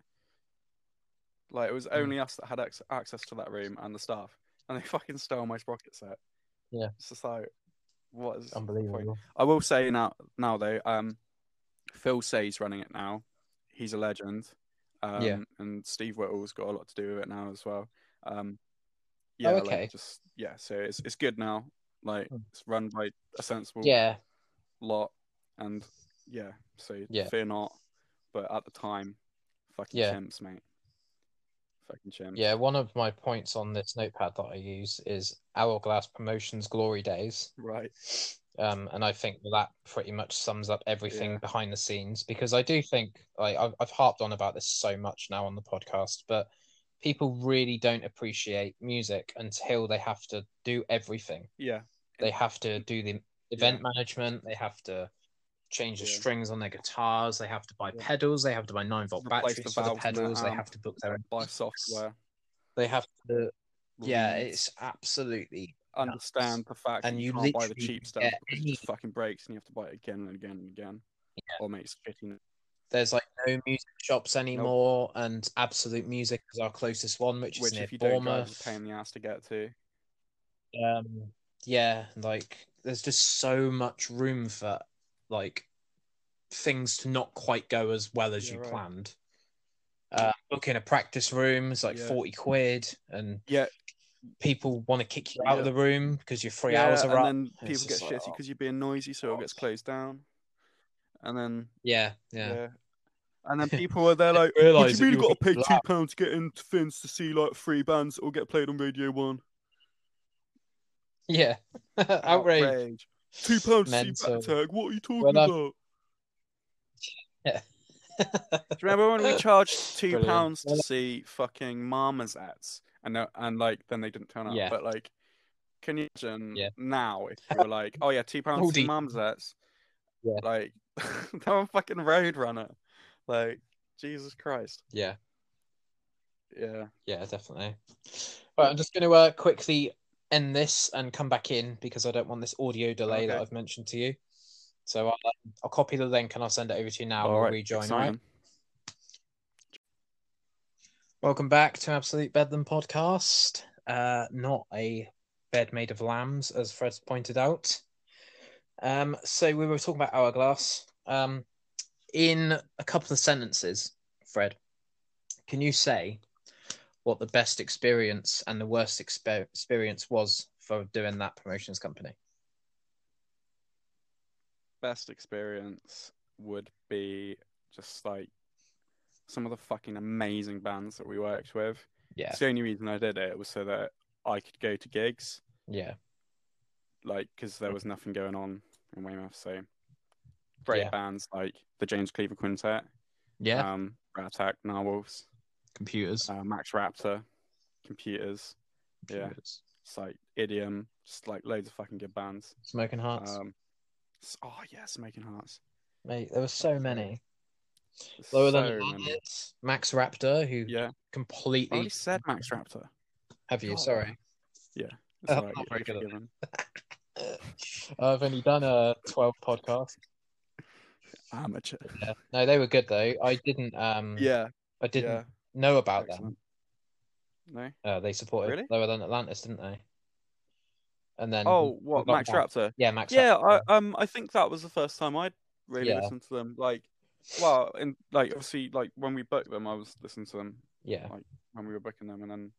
S2: Like it was only us that had ac- access to that room and the staff, and they fucking stole my sprocket set.
S1: Yeah.
S2: it's just like what is
S1: Unbelievable.
S2: I will say now, now though, um, Phil Say's running it now. He's a legend. Um,
S1: Yeah.
S2: And Steve Whittle's got a lot to do with it now as well. Um, yeah.
S1: Oh,
S2: like,
S1: okay.
S2: just yeah. So it's it's good now. Like
S1: Hmm.
S2: it's run by a sensible
S1: Yeah.
S2: lot, and yeah. So
S1: Yeah.
S2: fear not. But at the time, fucking
S1: Yeah.
S2: chimps, mate. Fucking chimps.
S1: Yeah, one of my points on this notepad that I use is Hourglass Promotions Glory Days.
S2: Right.
S1: Um, and I think that pretty much sums up everything
S2: Yeah.
S1: behind the scenes because I do think, like, I've, I've harped on about this so much now on the podcast, but people really don't appreciate music until they have to do everything.
S2: Yeah.
S1: They have to do the event management, they have to change the
S2: Yeah.
S1: strings on their guitars, they have to buy
S2: Yeah.
S1: pedals, they have to buy 9 volt
S2: Replace
S1: batteries
S2: the
S1: for the
S2: valves in their
S1: pedals, they
S2: amp,
S1: have to book their own.
S2: Buy software.
S1: They have to yeah,
S2: leads.
S1: it's absolutely
S2: understand the fact
S1: And
S2: that you,
S1: you
S2: can't buy the
S1: literally
S2: cheap stuff
S1: get
S2: because it
S1: any-
S2: just fucking breaks and you have to buy it again and again and again. Or make shitty.
S1: there's like no music shops anymore, and Absolute Music is our closest one, which, is
S2: Which
S1: near
S2: if you don't drive, it's
S1: Bournemouth.
S2: a pain in the ass to get to.
S1: Um, yeah, like there's just so much room for like things to not quite go as well as
S2: Yeah,
S1: you
S2: right.
S1: planned. Uh, booking a practice room is like
S2: Yeah.
S1: forty quid, and
S2: Yeah.
S1: people want to kick you out of
S2: Yeah.
S1: the room because your three
S2: yeah,
S1: hours
S2: and
S1: are up.
S2: then
S1: It's
S2: people get
S1: just like,
S2: shitty
S1: oh,
S2: because you're being noisy, so it gets
S1: fuck.
S2: closed down. And then
S1: Yeah,
S2: yeah.
S1: yeah,
S2: And then people are there like,
S1: Realise
S2: "What
S1: that
S2: do you mean
S1: you
S2: got to
S1: were
S2: pay
S1: loud."
S2: two pounds to get into Finns to see like three bands or get played on Radio One?
S1: yeah. Outrage.
S2: Two pounds to see
S1: Mental.
S2: Backtack. What are you talking
S1: When I-
S2: about?
S1: Yeah.
S2: Do you remember when we charged two
S1: Brilliant.
S2: pounds to see fucking Marmosets and tha- and like then they didn't turn up?
S1: Yeah.
S2: But like, Can you imagine
S1: Yeah.
S2: now if you were like, oh yeah, two pounds
S1: Aldi.
S2: two mums that's
S1: Yeah.
S2: like that one fucking road runner. Like, Jesus Christ.
S1: Yeah.
S2: Yeah.
S1: Yeah, definitely. Right, I'm just going to uh, quickly end this and come back in because I don't want this audio delay that
S2: Okay.
S1: I've mentioned to you. So I'll, um, I'll copy the link and I'll send it over to you now. and
S2: All
S1: we'll
S2: right.
S1: rejoin.
S2: exciting.
S1: Right? Welcome back to Absolute Bedlam podcast. Uh, not a bed made of lambs, as Fred's pointed out. Um, so we were talking about hourglass. Um, in a couple of sentences, Fred, can you say what the best experience and the worst exper- experience was for doing that promotions company?
S2: best experience would be just like some of the fucking amazing bands that we worked with.
S1: Yeah,
S2: It's the only reason I did it was so that I could go to gigs,
S1: yeah,
S2: like because there was nothing going on in Weymouth. So great
S1: Yeah.
S2: bands like the James Cleaver Quintet,
S1: yeah.
S2: um, Rat Attack, Narwhals,
S1: Computers.
S2: uh, Max Raptor, Computers. Yeah,
S1: Computers.
S2: it's like Idiom, just like loads of fucking good bands.
S1: Smoking Hearts.
S2: Um, s- oh yeah, Smoking Hearts.
S1: Mate, there were so many.
S2: There's
S1: Lower
S2: so
S1: than
S2: many.
S1: Planets, Max Raptor, who
S2: Yeah, I
S1: completely
S2: already said Max Raptor.
S1: have you?
S2: God.
S1: Sorry,
S2: It's
S1: Oh,
S2: all right,
S1: not very
S2: you're
S1: good at
S2: forgiven.
S1: I've only done a twelve podcast.
S2: Amateur.
S1: Yeah. No, they were good though. I didn't. Um,
S2: Yeah,
S1: I didn't
S2: yeah.
S1: know about them.
S2: excellent. No.
S1: Uh, they supported
S2: Really?
S1: Lower Than Atlantis, didn't they? And then
S2: Oh, what
S1: got
S2: Max
S1: Max.
S2: Raptor?
S1: yeah, Max.
S2: Yeah,
S1: Raptor.
S2: I, um, I think that was the first time I'd really
S1: Yeah.
S2: listened to them. Like, well, and like obviously, like when we booked them, I was listening to them
S1: yeah,
S2: when we were booking them, and then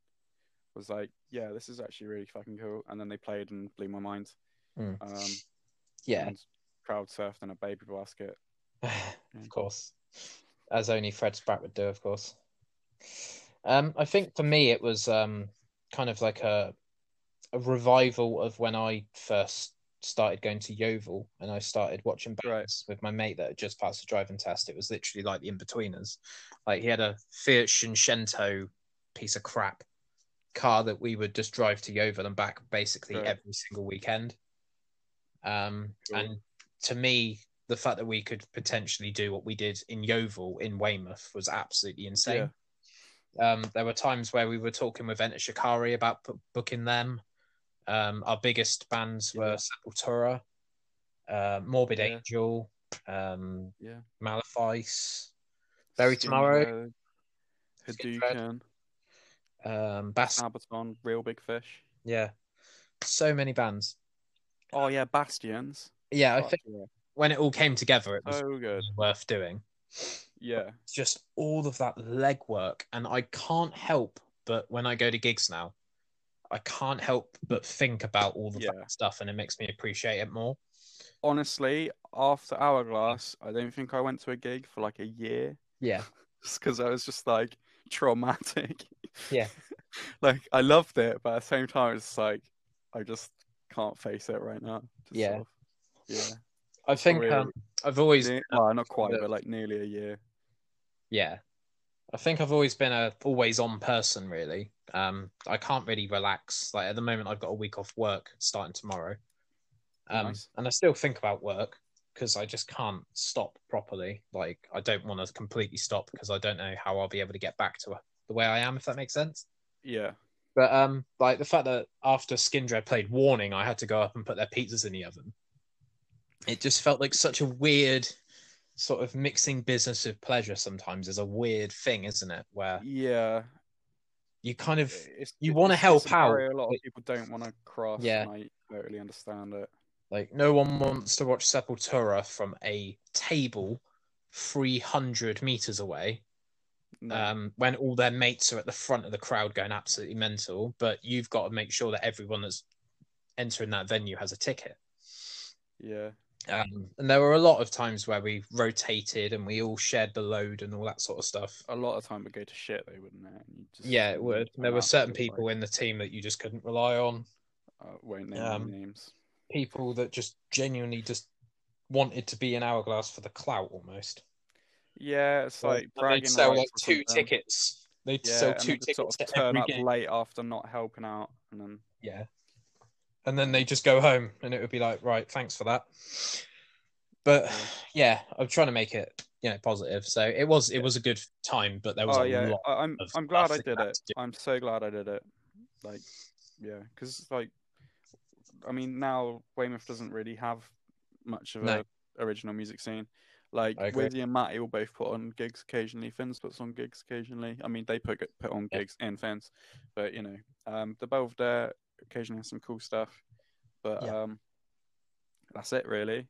S2: was like, yeah, this is actually really fucking cool. And then they played and blew my mind.
S1: Mm.
S2: Um,
S1: yeah.
S2: and crowd surfed in a baby basket. Mm.
S1: of course, as only Fred Spratt would do, of course. Um, I think for me, it was um, kind of like a a revival of when I first started going to Yeovil and I started watching
S2: Right.
S1: bands with my mate that had just passed the driving test. It was literally like the in betweeners. Like he had a Fiat Cinquecento piece of crap car that we would just drive to Yeovil and back basically
S2: Right.
S1: every single weekend. Um,
S2: Cool.
S1: And to me, the fact that we could potentially do what we did in Yeovil in Weymouth was absolutely insane. Um, there were times where we were talking with Enter Shikari about bu- booking them. Um, our biggest bands were
S2: Yeah.
S1: Sepultura, uh, Morbid
S2: Yeah.
S1: Angel, um,
S2: Yeah.
S1: Malefice, Very Tomorrow. Skin Dread.
S2: Hadouken,
S1: um, Bast.
S2: Abaton, Real Big Fish.
S1: Yeah, so many bands.
S2: Oh yeah, Bastions.
S1: Yeah, I
S2: Fuck
S1: think
S2: yeah.
S1: when it all came together, it was
S2: so good.
S1: worth doing.
S2: Yeah.
S1: It's just all of that legwork, and I can't help but when I go to gigs now, I can't help but think about all of
S2: Yeah.
S1: that stuff, and it makes me appreciate it more.
S2: Honestly, after Hourglass, I don't think I went to a gig for like a year
S1: Yeah,
S2: just because I was just like traumatic.
S1: Yeah.
S2: like I loved it, but at the same time, it's just, like I just can't face it right now. Just
S1: Yeah.
S2: sort of- yeah.
S1: I think
S2: Really?
S1: um, I've always
S2: Ne- well, not quite,
S1: the-
S2: but like nearly a year.
S1: yeah i think i've always been a always on person really um i can't really relax like at the moment i've got a week off work starting tomorrow um
S2: Nice.
S1: and i still think about work because i just can't stop properly like i don't want to completely stop because i don't know how i'll be able to get back to the way i am if that makes sense
S2: Yeah.
S1: but um, like the fact that after Skindred played Warning, I had to go up and put their pizzas in the oven. It just felt like such a weird sort of mixing business with pleasure. Sometimes is a weird thing, isn't it? Where
S2: Yeah.
S1: you kind of
S2: It's,
S1: you
S2: it-
S1: wanna
S2: it's-
S1: help
S2: it's an area
S1: out,
S2: A lot
S1: but-
S2: of people don't want to cross.
S1: Yeah.
S2: And I totally understand it.
S1: like no one wants to watch Sepultura from a table three hundred meters away
S2: No.
S1: um, when all their mates are at the front of the crowd going absolutely mental. But you've got to make sure that everyone that's entering that venue has a ticket.
S2: yeah.
S1: Um, and there were a lot of times where we rotated and we all shared the load and all that sort of stuff.
S2: A lot of time would go to shit, though, wouldn't it? And you just,
S1: Yeah, it
S2: you
S1: would.
S2: turn
S1: There were
S2: up,
S1: certain
S2: it's like-
S1: people in the team that you just couldn't rely on.
S2: I won't name
S1: Um,
S2: any names.
S1: People that just genuinely just wanted to be an hourglass for the clout almost.
S2: Yeah, it's like
S1: And
S2: bragging
S1: they'd sell
S2: rights
S1: like
S2: or
S1: two
S2: something.
S1: tickets. They'd
S2: Yeah,
S1: sell
S2: and
S1: two
S2: they just
S1: tickets
S2: sort of
S1: to
S2: turn
S1: every
S2: up
S1: game.
S2: late after not helping out, and then
S1: Yeah. and then they just go home and it would be like right thanks for that but yeah i'm trying to make it you know positive so it was it was a good time but there was
S2: Oh
S1: a
S2: yeah,
S1: lot
S2: I, I'm
S1: of
S2: I'm glad I
S1: stuff that
S2: did
S1: you had
S2: it.
S1: to do.
S2: I'm so glad I did it. Like, yeah, because like, I mean, now Weymouth doesn't really have much of
S1: No.
S2: a original music scene. Like
S1: I agree.
S2: Wizzy and Matty will both put on gigs occasionally. Finns puts on gigs occasionally. I mean, they put put on
S1: Yeah.
S2: gigs in Finns, but you know, um, they're both there. Occasionally, has some cool stuff, but
S1: Yeah.
S2: um, that's it really.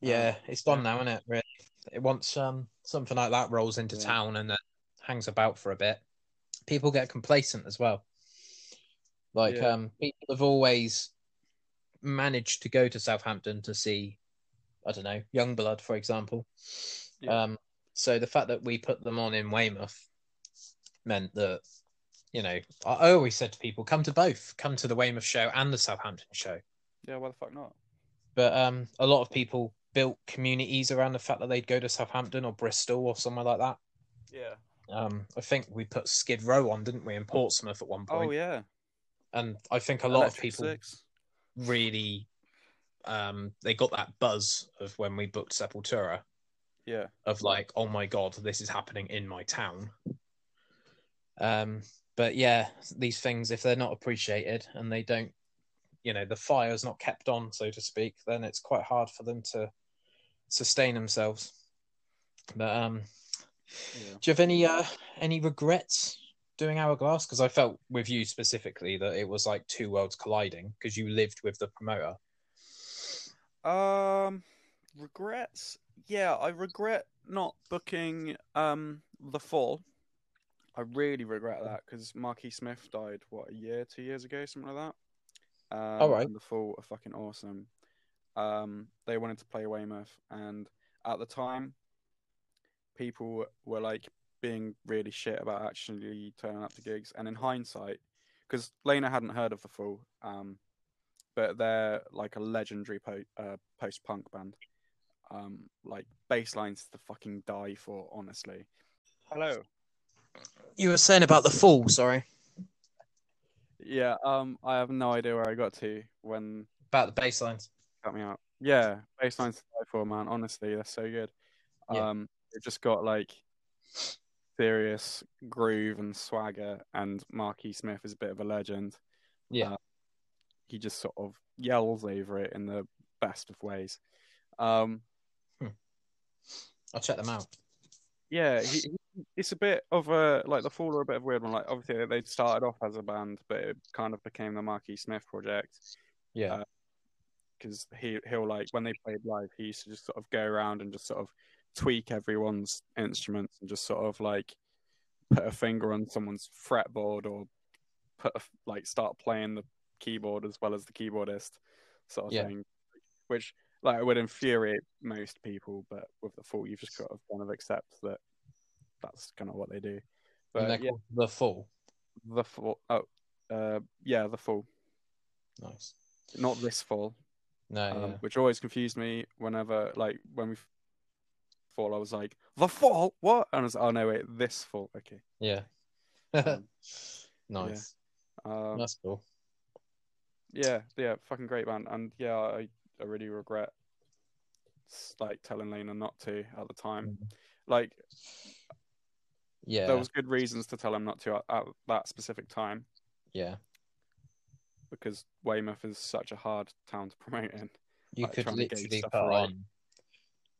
S1: yeah it's gone
S2: yeah.
S1: now isn't it really it wants um something like that rolls into
S2: Yeah.
S1: town and then hangs about for a bit people get complacent as well like
S2: Yeah.
S1: um people have always managed to go to southampton to see i don't know young blood for example
S2: Yeah.
S1: um so the fact that we put them on in weymouth meant that you know i I always said to people come to both come to the weymouth show and the southampton show
S2: Yeah, why the fuck not?
S1: but um, a lot of people built communities around the fact that they'd go to Southampton or Bristol or somewhere like that.
S2: Yeah.
S1: Um, I think we put Skid Row on, didn't we, in Portsmouth at one point?
S2: Oh yeah.
S1: And I think a lot
S2: Electric
S1: of people
S2: Six.
S1: really um, they got that buzz of when we booked Sepultura
S2: Yeah.
S1: of like, oh my god, this is happening in my town. Um, but yeah, these things if they're not appreciated and they don't, you know, the fire's not kept on, so to speak, then it's quite hard for them to sustain themselves. But um,
S2: Yeah.
S1: do you have any uh, any regrets doing Hourglass? Because I felt with you specifically that it was like two worlds colliding because you lived with the promoter.
S2: Um, regrets. Yeah, I regret not booking um the fall. I really regret that because Marquis Smith died what a year, two years ago, something like that. Um,
S1: All right.
S2: And the fall are fucking awesome. Um, they wanted to play Weymouth, and at the time, people were like being really shit about actually turning up to gigs. And in hindsight, because Lena hadn't heard of the Fall, um, but they're like a legendary po- uh, post-punk band. Um, like basslines to fucking die for, honestly. Hello.
S1: You were saying about the fall, sorry,
S2: Yeah. Um, I have no idea where I got to when
S1: about the baselines.
S2: cut me out. Yeah, baselines to die for, man. Honestly, they're so good.
S1: Yeah.
S2: Um, it just got like serious groove and swagger, and Marquis Smith is a bit of a legend.
S1: Yeah.
S2: Uh, he just sort of yells over it in the best of ways. Um,
S1: I'll check them out.
S2: yeah, he, he- it's a bit of a like the fall are a bit of a weird one. Like obviously they started off as a band, but it kind of became the Marquis Smith project.
S1: Yeah.
S2: Uh, because he he'll like when they played live, he used to just sort of go around and just sort of tweak everyone's instruments and just sort of like put a finger on someone's fretboard or put a, like start playing the keyboard as well as the keyboardist sort of
S1: Yeah.
S2: thing, which like would infuriate most people. But with the fall, you've just got to kind of accept that that's kind of what they do.
S1: And
S2: But
S1: they're
S2: yeah,
S1: called the fall.
S2: the fall. Oh, uh, yeah, the fall.
S1: Nice.
S2: Not this fall.
S1: No,
S2: um,
S1: yeah.
S2: which always confused me whenever like when we f- fall i was like the fall what and i was oh no wait this fall okay
S1: Yeah.
S2: Um,
S1: nice.
S2: um,
S1: That's cool.
S2: yeah yeah fucking great band and yeah i, I really regret s- like telling lena not to at the time like
S1: Mm. Yeah.
S2: there was good reasons to tell him not to at, at that specific time
S1: yeah.
S2: because weymouth is such a hard town to promote in
S1: You
S2: like,
S1: could
S2: trying to gauge
S1: literally
S2: stuff
S1: put
S2: right.
S1: on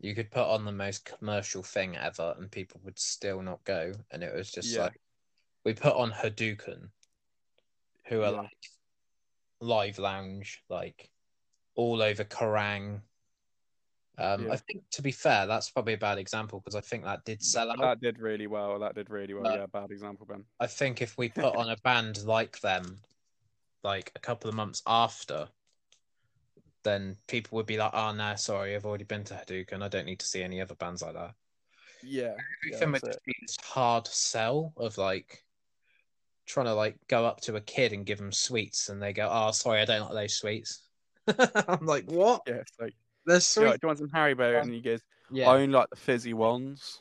S1: you could put on the most commercial thing ever and people would still not go. And it was just
S2: Yeah.
S1: like we put on Hadouken, who are
S2: Yeah.
S1: like live lounge, like all over Kerrang. Um,
S2: Yeah.
S1: I think to be fair, that's probably a bad example because I think that did sell out.
S2: that did really well that did really well
S1: No.
S2: yeah bad example ben
S1: I think if we put on a band like them, like a couple of months after, then people would be like, "Oh no, sorry, I've already been to Hadouken. I don't need to see any other bands like that."
S2: yeah, yeah
S1: Everything
S2: that's
S1: would
S2: it.
S1: just be this hard sell of like trying to like go up to a kid and give them sweets, and they go, "Oh, sorry, I don't like those sweets." I'm like, "What?
S2: yeah it's like
S1: They're
S2: do you,
S1: sweet."
S2: do you want some haribo
S1: Yeah.
S2: and he goes
S1: Yeah.
S2: I only like the fizzy ones.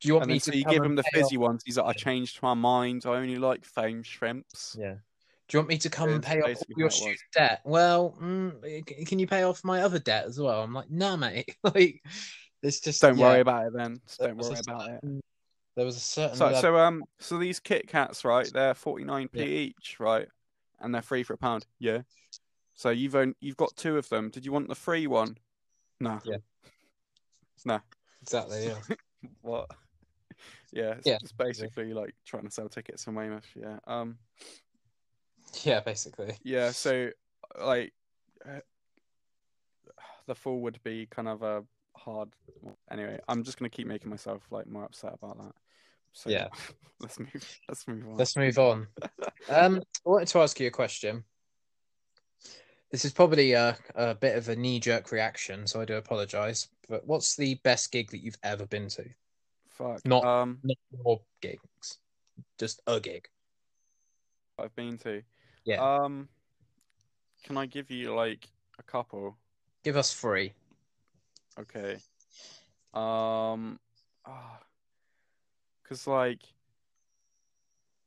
S1: Do you want
S2: And
S1: me
S2: then
S1: to
S2: so you
S1: come
S2: give
S1: and
S2: him the
S1: pay off-
S2: fizzy ones. He's like, I changed my mind. I only like foam shrimps.
S1: Yeah. Do you want me to come and
S2: It's
S1: pay off
S2: basically
S1: your
S2: how it
S1: student
S2: was.
S1: debt? Well, mm, c- can you pay off my other debt as well? I'm like, no, mate. like, it's just
S2: Don't
S1: yeah,
S2: worry about it then. Just
S1: there
S2: Don't
S1: was a
S2: worry about it.
S1: certain- There was a certain
S2: So,
S1: level-
S2: so um, so these Kit Kats, right? They're forty nine p
S1: Yeah.
S2: each, right? And they're free for a pound. Yeah. So you've own, you've got two of them. Did you want the free one? No.
S1: Yeah.
S2: No.
S1: exactly. Yeah.
S2: What? Yeah. It's,
S1: Yeah.
S2: it's basically like trying to sell tickets for Weymouth. Yeah. Um.
S1: yeah, basically.
S2: Yeah. So like, uh, the full would be kind of a hard. Anyway, I'm just gonna keep making myself like more upset about that. So
S1: Yeah.
S2: Let's move. Let's move on.
S1: Let's move on. Um, I wanted to ask you a question. This is probably a, a bit of a knee jerk reaction, so I do apologize. But what's the best gig that you've ever been to?
S2: Fuck.
S1: Not-
S2: Um.
S1: Not more gigs, just a gig.
S2: I've been to.
S1: Yeah.
S2: Um, can I give you like a couple?
S1: Give us three.
S2: Okay. Um, because like,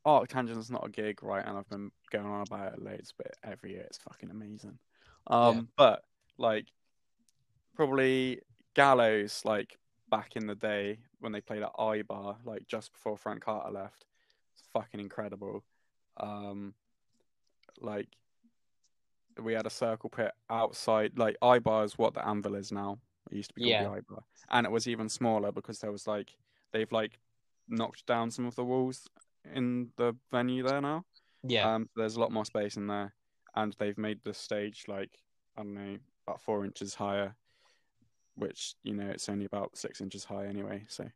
S2: Art Tangent's not a gig, right? And I've been going on about it loads, but every year it's fucking amazing. Um, but like, probably Gallows, like back in the day when they played at Ibar, like just before Frank Carter left. It's fucking incredible. Um, like we had a circle pit outside, like Ibar is what the Anvil is now. It used to be called
S1: Yeah.
S2: the Ibar, and it was even smaller because there was like they've like knocked down some of the walls in the venue there now.
S1: Yeah.
S2: Um, there's a lot more space in there, and they've made the stage like I don't know about four inches higher, which you know it's only about six inches high anyway. So,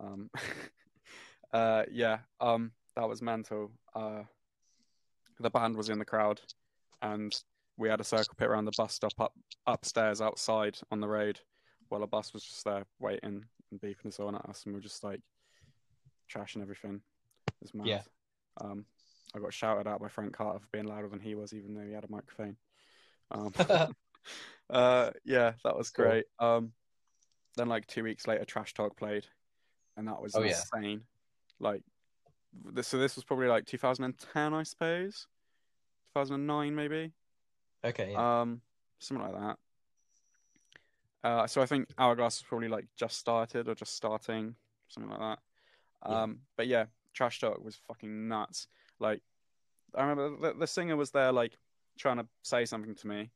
S2: um, uh, yeah, um, that was mental. Uh, the band was in the crowd, and we had a circle pit around the bus stop up upstairs outside on the road, while a bus was just there waiting and beeping us on at us, and we were just like trashing everything. It was mad.
S1: Yeah.
S2: Um, I got shouted out by Frank Carter for being louder than he was, even though he had a microphone. Um, uh, yeah, that was
S1: Cool.
S2: great. Um, then, like two weeks later, Trash Talk played, and that was
S1: Oh, yeah.
S2: insane. Like, this, so this was probably like 2010, I suppose, 2009 maybe,
S1: okay. Yeah.
S2: um, something like that. Uh, so I think Hourglass was probably like just started or just starting, something like that.
S1: Yeah.
S2: Um, but yeah, Trash Talk was fucking nuts. Like, I remember the, the singer was there, like, trying to say something to me,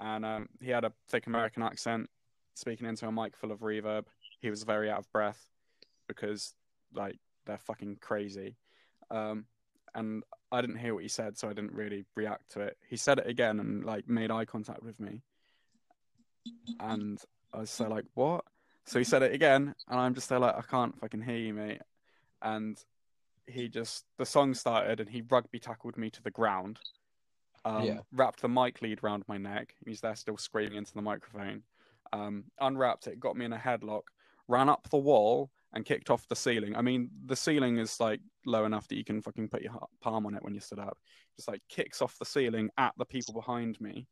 S2: and um, he had a thick American accent, speaking into a mic full of reverb. He was very out of breath because, like, they're fucking crazy. Um, and I didn't hear what he said, so I didn't really react to it. He said it again and, like, made eye contact with me. And I was so like, what? So he said it again, and I'm just there, like, I can't fucking hear you, mate and he just the song started and he rugby tackled me to the ground um,
S1: Yeah.
S2: wrapped the mic lead round my neck he's there still screaming into the microphone um, unwrapped it got me in a headlock ran up the wall and kicked off the ceiling i mean the ceiling is like low enough that you can fucking put your ha- palm on it when you stood up just like kicks off the ceiling at the people behind me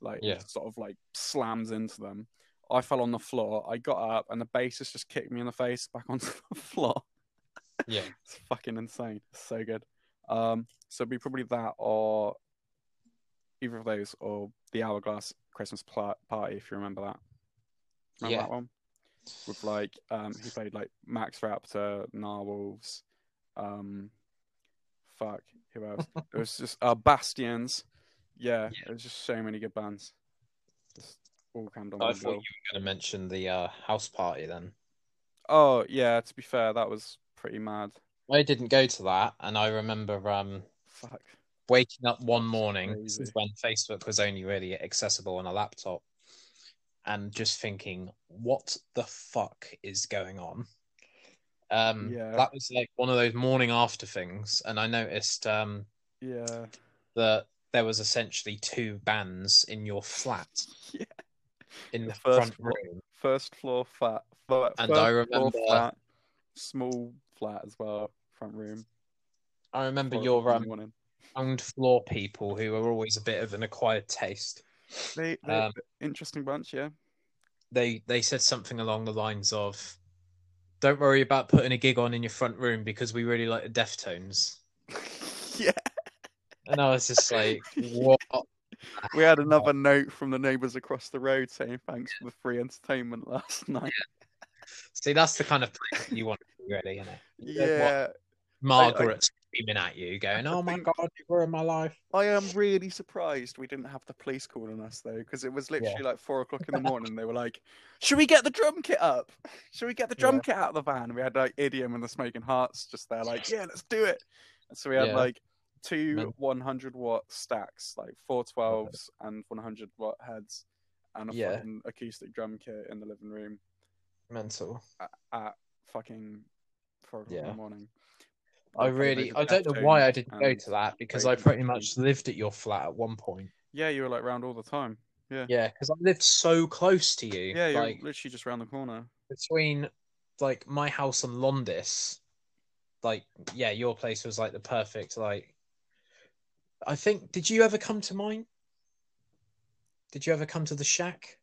S2: like
S1: Yeah.
S2: sort of like slams into them i fell on the floor i got up and the bassist just kicked me in the face back onto the floor
S1: yeah.
S2: it's fucking insane. It's so good. Um, so it'd be probably that or either of those or the Hourglass Christmas pla- party, if you remember that. Remember
S1: Yeah.
S2: that one? With like, um, he played like Max Raptor, Narwhals, um, fuck, who else? it was just uh, Bastions. Yeah,
S1: Yeah.
S2: it was just so many good bands. Just all crammed on
S1: I
S2: one
S1: thought you were
S2: bill.
S1: going to mention the uh, house party then.
S2: Oh yeah, to be fair, that was pretty mad.
S1: I didn't go to that, and I remember um,
S2: Fuck.
S1: waking up one morning this
S2: Crazy.
S1: is when Facebook was only really accessible on a laptop, and just thinking, "What the fuck is going on?" Um,
S2: Yeah.
S1: that was like one of those morning after things, and I noticed um,
S2: Yeah.
S1: that there was essentially two bands in your flat
S2: Yeah.
S1: in the,
S2: The first
S1: front
S2: one.
S1: room.
S2: first floor flat, fir-
S1: And
S2: first
S1: I
S2: floor
S1: remember-
S2: flat, small flat as well, front room.
S1: I remember
S2: four
S1: your
S2: in
S1: um,
S2: the morning.
S1: ground floor people who were always a bit of an acquired taste.
S2: They, they,
S1: um,
S2: interesting bunch, yeah.
S1: they they said something along the lines of don't worry about putting a gig on in your front room because we really like the deftones
S2: yeah,
S1: And I was just like, what?
S2: We had another note from the neighbours across the road saying thanks for the free entertainment last night.
S1: See, that's the kind of place you want to be, really, isn't it? You don't want
S2: Yeah,
S1: Margaret screaming at you, going, oh my God, you ruined my life.
S2: I am really surprised we didn't have the police calling us though, because it was literally like four o'clock in the morning. They were like, "Should we get the drum kit up? Should we get the drum
S1: Yeah.
S2: kit out of the van?" We had like Idiom and the Smoking Hearts just there, like, "Yeah, let's do it." And so we had
S1: Yeah.
S2: like two
S1: Men-
S2: 100 watt stacks, like four 12s and 100 watt heads, and a
S1: Yeah.
S2: fucking acoustic drum kit in the living room.
S1: Mental.
S2: Fucking four o'clock in
S1: Yeah.
S2: the morning.
S1: I
S2: Like, they
S1: really,
S2: did
S1: I don't know
S2: Deftones
S1: why I didn't go
S2: and-
S1: to that because I
S2: Beethoven
S1: pretty
S2: Street.
S1: much lived at your flat at one point.
S2: Yeah, you were like round all the time.
S1: Yeah, because I lived so close to you.
S2: Yeah, you're
S1: like,
S2: literally just round the corner.
S1: between like my house and Londis, like yeah, your place was like the perfect like. I think. Did you ever come to mine? Did you ever come to the shack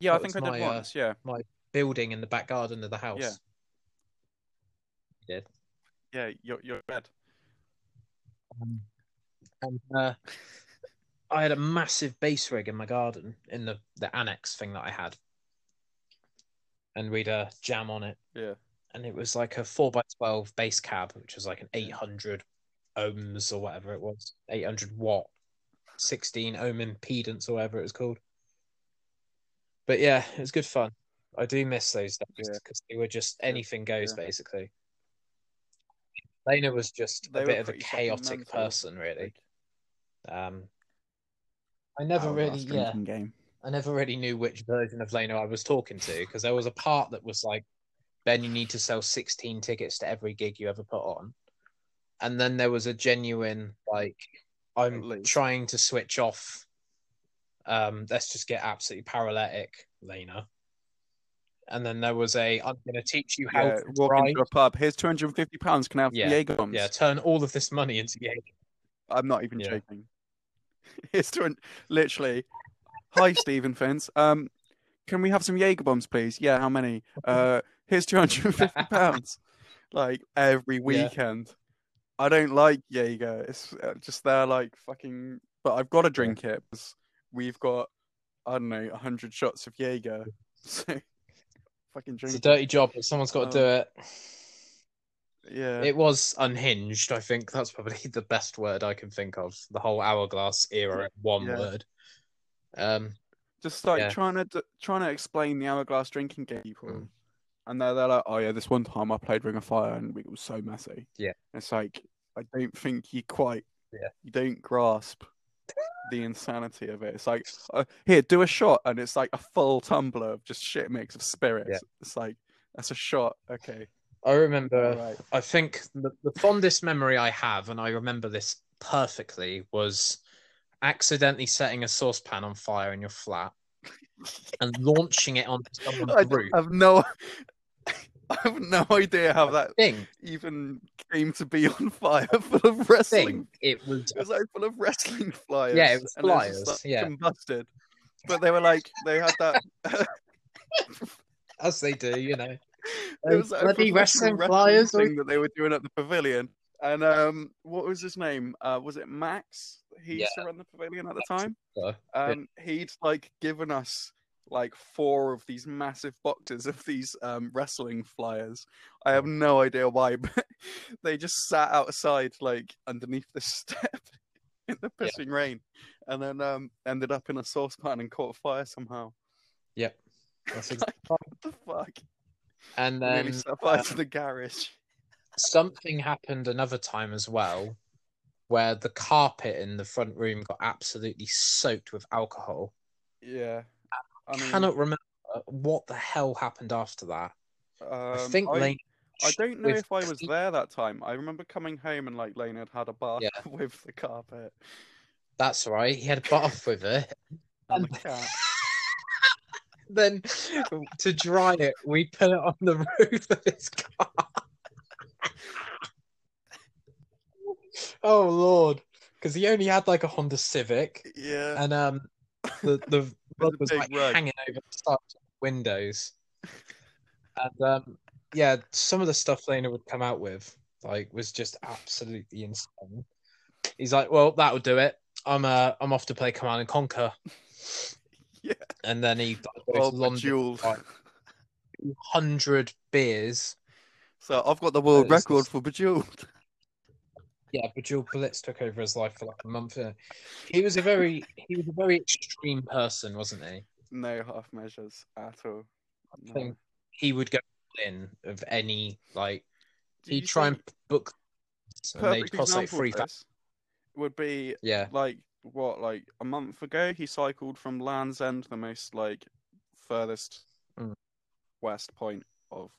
S2: Yeah, I
S1: That
S2: think I
S1: was
S2: did
S1: my, uh,
S2: once. Yeah,
S1: building in the back garden of the house?
S2: Yeah. yeah, you're you're dead.
S1: Um, and uh, I had a massive bass rig in my garden in the the annex thing that I had, and we'd uh, jam on it.
S2: Yeah.
S1: and it was like a four by twelve bass cab, which was like an
S2: Yeah.
S1: eight hundred ohms or whatever it was, eight hundred watt, sixteen ohm impedance or whatever it was called. But yeah, it was good fun. I do miss those days
S2: Yeah.
S1: because they were just anything goes
S2: Yeah.
S1: basically. Lena was just
S2: They
S1: a
S2: were
S1: bit of a
S2: pretty fucking
S1: chaotic
S2: mental.
S1: person, really. Um, I never
S2: Oh,
S1: really, yeah,
S2: game.
S1: I never really knew which version of Leno I was talking to because there was a part that was like, Ben, you need to sell 16 tickets to every gig you ever put on. And then there was a genuine, like, I'm
S2: At least.
S1: trying to switch off. Um, let's just get absolutely paralytic, Lena. And then there was a, I'm going to teach you how
S2: Yeah,
S1: to
S2: walk
S1: drive.
S2: into a pub. Here's two hundred and fifty pounds. Can I have
S1: Yeah,
S2: yeah. Jaeger bombs?
S1: Yeah, turn all of this money into yeah.
S2: I'm not even
S1: Yeah.
S2: joking. Here's two hun- literally. Hi, Stephen Fins. Um, can we have some Jaeger bombs, please? Yeah, how many? Uh, here's two hundred and fifty pounds. like every weekend. I don't like Jaeger. It's uh, just there, like fucking. But I've got to drink it because we've got I don't know hundred shots of Jaeger. So fucking
S1: It's a
S2: drink. Oh. it.
S1: dirty job, but someone's got to do it.
S2: Yeah.
S1: It was unhinged. I think that's probably the best word I can think of. The whole hourglass era, in one
S2: Yeah.
S1: word. Um,
S2: just like
S1: Yeah.
S2: trying to d- trying to explain the hourglass drinking game to people,
S1: Mm.
S2: and they're they're like, oh yeah, this one time I played Ring of Fire and it was so messy.
S1: Yeah.
S2: it's like I don't think you quite,
S1: Yeah.
S2: you don't grasp the insanity of it. It's like uh, here, do a shot, and it's like a full tumbler of just shit mix of spirits. It's like that's a shot. Okay,
S1: I remember.
S2: right.
S1: I think the, the fondest memory I have, and I remember this perfectly, was accidentally setting a saucepan on fire in your flat and launching it onto
S2: I
S1: someone's
S2: d-
S1: roof.
S2: have no, I have no idea how that
S1: Think
S2: even came to be on fire, full of wrestling
S1: think it was
S2: It was like full of wrestling flyers.
S1: Yeah, it was
S2: and just,
S1: flyers,
S2: like,
S1: yeah.
S2: combusted. But they were like, they had that.
S1: as they do, you know.
S2: it was like a
S1: bloody
S2: professional
S1: wrestling flyers,
S2: thing that they were doing at the pavilion. And um, what was his name? Uh, was it Max? He used to run the pavilion at the
S1: Max.
S2: time.
S1: So, yeah.
S2: Um, he'd like given us like four of these massive boxes of these um, wrestling flyers. I have no idea why, but they just sat outside like underneath the step in the
S1: Yeah.
S2: pissing rain, and then um, ended up in a saucepan and caught fire somehow.
S1: Yep. That's ex-
S2: Like, what the fuck?
S1: and
S2: Nearly
S1: then uh,
S2: set fire to the garage.
S1: something happened another time as well where the carpet in the front room got absolutely soaked with alcohol.
S2: Yeah.
S1: I
S2: I mean,
S1: cannot remember what the hell happened after that. I
S2: um,
S1: think Lane
S2: I don't know
S1: with
S2: if I was
S1: clean-
S2: there that time. I remember coming home and like Lane had had a bath
S1: Yeah.
S2: with the carpet
S1: that's right. He had a bath with it.
S2: and
S1: And-
S2: the cat.
S1: Then to dry it, we put it on the roof of his car. oh lord. Because he only had like a Honda Civic
S2: Yeah,
S1: and um the, the rug was
S2: big
S1: like
S2: rug.
S1: hanging over the side of the windows. And um, yeah, some of the stuff Lena would come out with, like was just absolutely insane. He's like, well, that'll do it. I'm uh, I'm off to play Command and Conquer.
S2: Yeah.
S1: And then he like, goes
S2: Well,
S1: to London,
S2: bejeweled.
S1: like, hundred beers.
S2: So I've got the world
S1: That is-
S2: record for bejeweled.
S1: Yeah, but Jill Blitz took over his life for like a month. innit? He was a very he was a very extreme person, wasn't he?
S2: No half measures at all. No.
S1: think He would go in of any like
S2: Do you
S1: he'd try
S2: think
S1: and book and they'd
S2: perfect
S1: cost like
S2: example of
S1: three thousand.
S2: this Would be
S1: Yeah.
S2: like what, like a month ago, he cycled from Land's End, the most like furthest
S1: Mm.
S2: west point of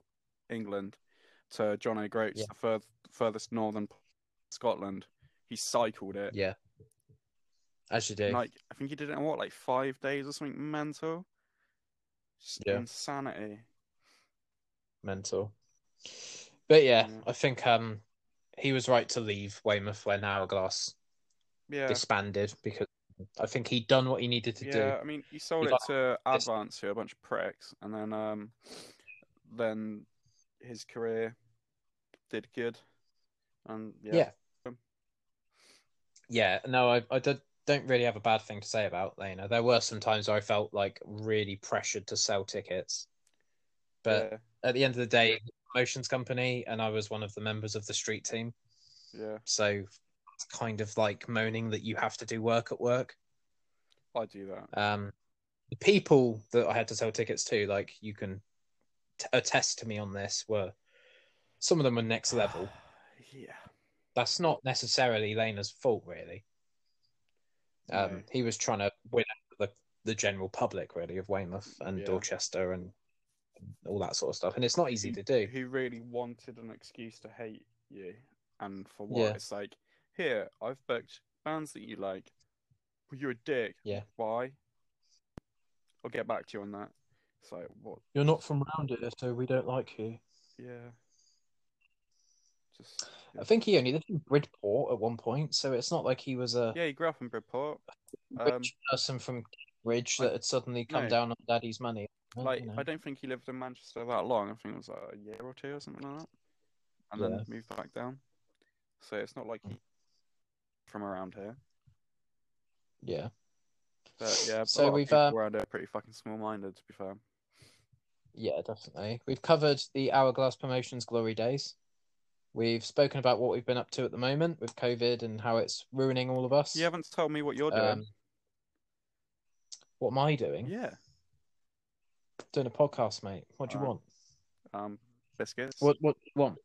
S2: England, to John O'Groats,
S1: Yeah.
S2: the fur- furthest northern p- Scotland. He cycled it.
S1: Yeah. As you do.
S2: and, Like I think he did it in what, like five days or something mental. Just
S1: Yeah.
S2: Insanity.
S1: mental. But yeah,
S2: Yeah.
S1: I think um he was right to leave Weymouth when Hourglass
S2: Yeah.
S1: disbanded because I think he'd done what he needed to
S2: Yeah, I mean, he sold
S1: He's
S2: it
S1: like,
S2: to
S1: "This-
S2: Advance, who are a bunch of pricks, and then um, then his career did good, and yeah,
S1: Yeah. do. Yeah, no, I I did, don't really have a bad thing to say about Lena. There were some times where I felt like really pressured to sell tickets, but
S2: yeah,
S1: at the end of the day, it's a promotions company, and I was one of the members of the street team,
S2: yeah,
S1: so it's kind of like moaning that you have to do work at work.
S2: I do that.
S1: um, the people that I had to sell tickets to, like you can t- attest to me on this, were some of them were next level.
S2: yeah,
S1: That's not necessarily Lena's fault, really. Um,
S2: No.
S1: He was trying to win out the, the general public, really, of Weymouth and
S2: Yeah.
S1: Dorchester and all that sort of stuff. And it's not easy to do.
S2: Who really wanted an excuse to hate you, and for what?
S1: Yeah.
S2: It's like, here, I've booked bands that you like. Well, you're a dick.
S1: Yeah.
S2: Why? I'll get back to you on that. It's like, what?
S1: You're not from round here, so we don't like you.
S2: Yeah. Just.
S1: I think he only lived in Bridport at one point, so it's not like he was a
S2: Yeah, he grew up in Bridport.
S1: rich
S2: Um,
S1: person from Cambridge
S2: I-
S1: that had suddenly come
S2: no.
S1: down on daddy's money. You
S2: like,
S1: know.
S2: I don't think he lived in Manchester that long. I think it was like a year or two or something like that, and then
S1: Yeah. Hmm.
S2: moved back down. So it's not like he from around here.
S1: Yeah.
S2: But yeah,
S1: So
S2: so
S1: we've,
S2: we've people
S1: um,
S2: around here are pretty fucking small-minded, to be fair.
S1: Yeah, definitely. We've covered the Hourglass Promotions glory days. We've spoken about what we've been up to at the moment with COVID and how it's ruining all of us.
S2: You haven't told me what you're doing.
S1: Um, what am I doing?
S2: yeah,
S1: Doing a podcast, mate. What do you
S2: Uh,
S1: want?
S2: um, biscuits,
S1: What what do you want?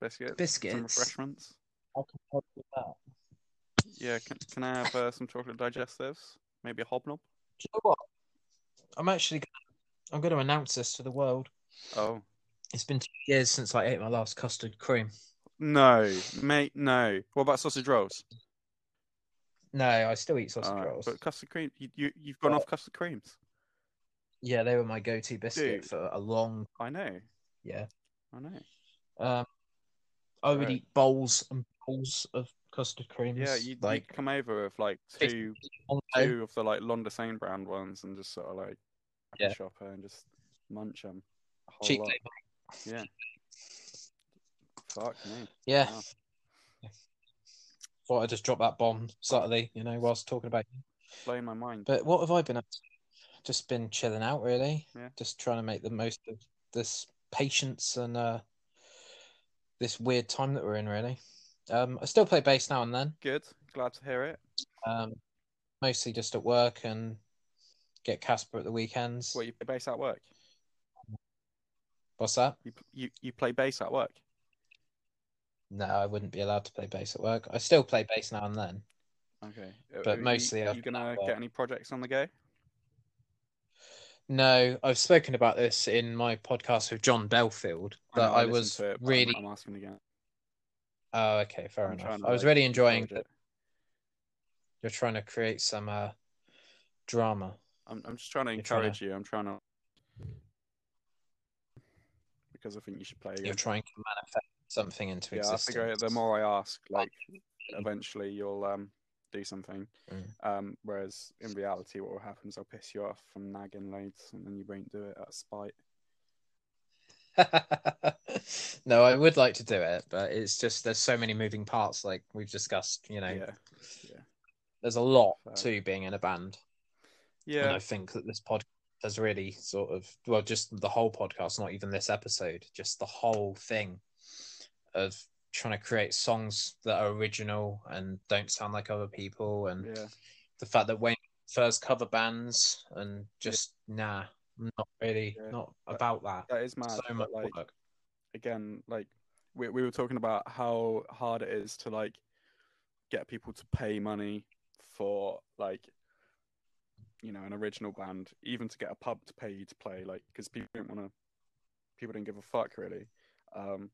S2: biscuits, some
S1: biscuits?
S2: refreshments.
S1: I can help you with that.
S2: Yeah, can, can I have uh, some chocolate digestives? Maybe a hobnob.
S1: Do you know what? I'm actually gonna, I'm going to announce this to the world.
S2: Oh
S1: It's been two years since I ate my last custard cream.
S2: no, mate, no. What about sausage rolls?
S1: No, I still eat sausage
S2: Alright,
S1: rolls.
S2: But custard cream, you, you you've gone
S1: Oh.
S2: off custard creams.
S1: Yeah, they were my go-to biscuit
S2: Dude.
S1: for a long.
S2: I know,
S1: Yeah.
S2: I know.
S1: Um, I would
S2: Right.
S1: eat bowls and bowls of custard creams.
S2: Yeah, you like
S1: like
S2: come over with like two
S1: on the go.
S2: two of the like Londesane brand ones and just sort of like
S1: Yeah.
S2: shop her and just munch them.
S1: cheap labor.
S2: Fuck me.
S1: Yeah.
S2: Wow.
S1: Thought I'd just drop that bomb slightly, you know, whilst talking about you.
S2: Blowing my mind.
S1: But what have I been up to? Just been chilling out, really.
S2: Yeah.
S1: Just trying to make the most of this patience and uh, this weird time that we're in, really. Um, I still play bass now and then,
S2: Good. Glad to hear it.
S1: um, mostly just at work and get Casper at the weekends.
S2: What you play bass at work?
S1: What's that?
S2: You you, you play bass at work?
S1: No, I wouldn't be allowed to play bass at work. I still play bass now and then.
S2: Okay.
S1: But mostly
S2: Uh, are
S1: I've
S2: you
S1: been
S2: gonna
S1: at work.
S2: get any projects on the go?
S1: No, I've spoken about this in my podcast with John Belfield
S2: know
S1: that I,
S2: listened
S1: was
S2: to it, but I'm-
S1: really.
S2: I'm, asking again.
S1: Oh, okay, fair
S2: I'm
S1: enough.
S2: trying to,
S1: I was
S2: like,
S1: really enjoying
S2: Encourage
S1: that
S2: it.
S1: you're trying to create some uh, drama.
S2: I'm I'm just trying to
S1: You're trying to-
S2: encourage you. I'm trying to because I think you should play again.
S1: You're trying to manifest something into
S2: yeah, I
S1: existence.
S2: figure the more I ask, like eventually you'll um do something.
S1: Mm.
S2: Um, whereas in reality, what will happen is I'll piss you off from nagging loads, and then you won't do it out of spite.
S1: no, I would like to do it, but it's just there's so many moving parts, like we've discussed. You know,
S2: Yeah.
S1: there's a lot
S2: Fair.
S1: to being in a band, and
S2: Yeah.
S1: I think that this podcast has really sort of, well, just the whole podcast, not even this episode, just the whole thing of trying to create songs that are original and don't sound like other people, and
S2: Yeah.
S1: the fact that Wayne first cover bands and just nah, not really,
S2: Yeah.
S1: not
S2: But
S1: about that.
S2: That is mad.
S1: So
S2: but,
S1: much
S2: like
S1: work.
S2: again, like we we were talking about how hard it is to like get people to pay money for like you know an original band, even to get a pub to pay you to play, like because people don't want to, people don't give a fuck really. Um,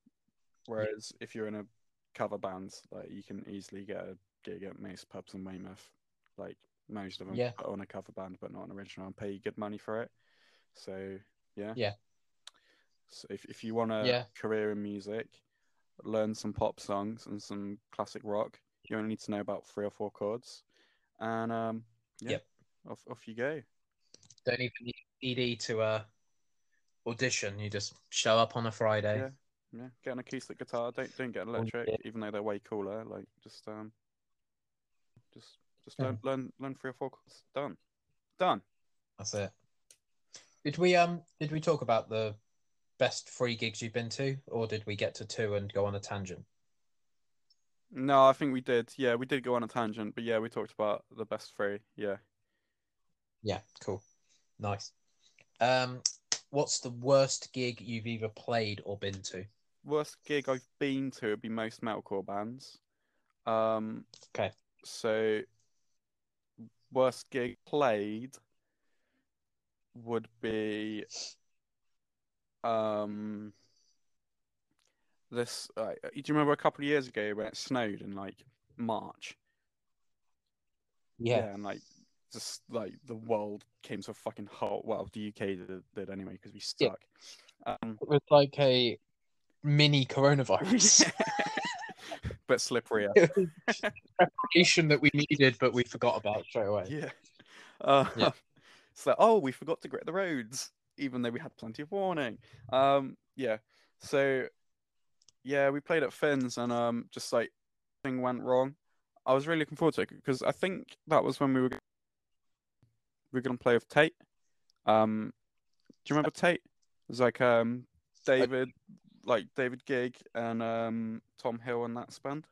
S2: whereas if you're in a cover band, like you can easily get a gig at most pubs in Weymouth, like most of them
S1: Yeah.
S2: put on a cover band but not an original and pay you good money for it. So yeah.
S1: Yeah.
S2: So if if you want a
S1: Yeah.
S2: career in music, learn some pop songs and some classic rock. You only need to know about three or four chords, and um, yeah,
S1: Yep.
S2: off off you go.
S1: Don't even need ED to uh, audition. You just show up on a Friday.
S2: Yeah, yeah. Get an acoustic guitar. Don't don't get an
S1: Oh,
S2: electric,
S1: yeah.
S2: even though they're way cooler. Like just um, just just
S1: Yeah.
S2: learn learn learn three or four chords. Done, done.
S1: That's it. Did we um did we talk about the best free gigs you've been to, or did we get to two and go on a tangent?
S2: No, I think we did. Yeah, we did go on a tangent, but yeah, we talked about the best three. Yeah.
S1: Yeah, cool, nice. Um, what's the worst gig you've either played or been to?
S2: worst gig I've been to would be most metalcore bands. Um,
S1: Okay.
S2: So, worst gig played would be um this. Uh, do you remember a couple of years ago when it snowed in like March?
S1: Yeah,
S2: and like just like the world came to a fucking halt. Well, the UK did, did anyway because we
S1: Yeah.
S2: stuck. Um,
S1: it was like a mini coronavirus.
S2: but slipperier.
S1: It was preparation that we needed, but we forgot about straight away.
S2: Yeah. Uh,
S1: Yeah.
S2: It's like, oh, we forgot to grit the roads, even though we had plenty of warning. Um, yeah. So, yeah, we played at Finn's and um, just like thing went wrong. I was really looking forward to it because I think that was when we were we were gonna play with Tate. Um, do you remember Tate? It was like um David, like David Gig and um Tom Hill and that band.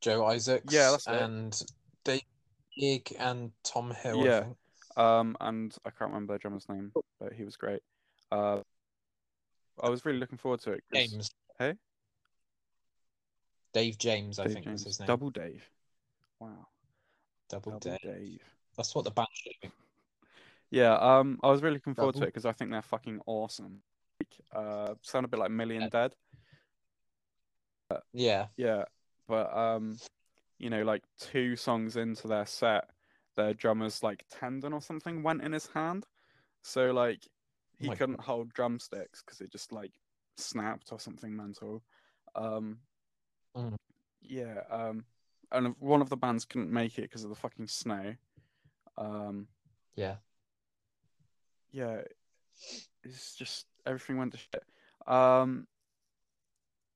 S1: Joe Isaacs,
S2: Yeah, that's it.
S1: and Dave Gig and Tom Hill. I
S2: Yeah.
S1: think.
S2: Um, and I can't remember the drummer's name, but he was great. Uh, I was really looking forward to it. 'cause
S1: James.
S2: Hey?
S1: Dave James, I
S2: Dave
S1: think was
S2: James-
S1: his name. Double,
S2: Double Dave. Wow. Double
S1: Dave.
S2: Dave.
S1: That's what the band should be.
S2: Yeah. Um, I was really looking forward to
S1: Double-
S2: it because I think they're fucking awesome. Like, uh, sound a bit like Million
S1: Yeah.
S2: Dead.
S1: Yeah.
S2: Yeah, but um, you know, like two songs into their set, their drummer's like tendon or something went in his hand, so like he
S1: Oh my
S2: couldn't hold drumsticks because it just like snapped or something mental. Um,
S1: Mm.
S2: yeah, um, and one of the bands couldn't make it because of the fucking snow. Um,
S1: Yeah.
S2: yeah, it's just everything went to shit. Um,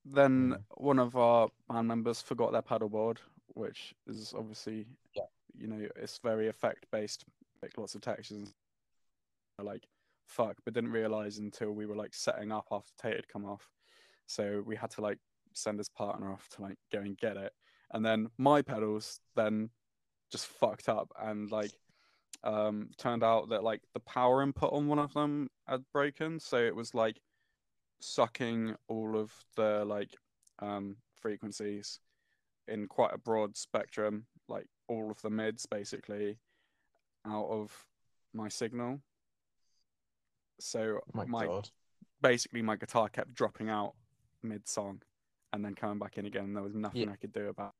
S2: then
S1: Mm.
S2: one of our band members forgot their paddleboard, which is obviously,
S1: Yeah.
S2: you know, it's very effect based, like lots of textures. Like, fuck, but didn't realize until we were like setting up after Tate had come off. So we had to like send his partner off to like go and get it. And then my pedals then just fucked up and like um turned out that like the power input on one of them had broken so it was like sucking all of the like um frequencies in quite a broad spectrum like all of the mids basically out of my signal so
S1: My,
S2: my
S1: God.
S2: basically my guitar kept dropping out mid song and then coming back in again and there was nothing I could do about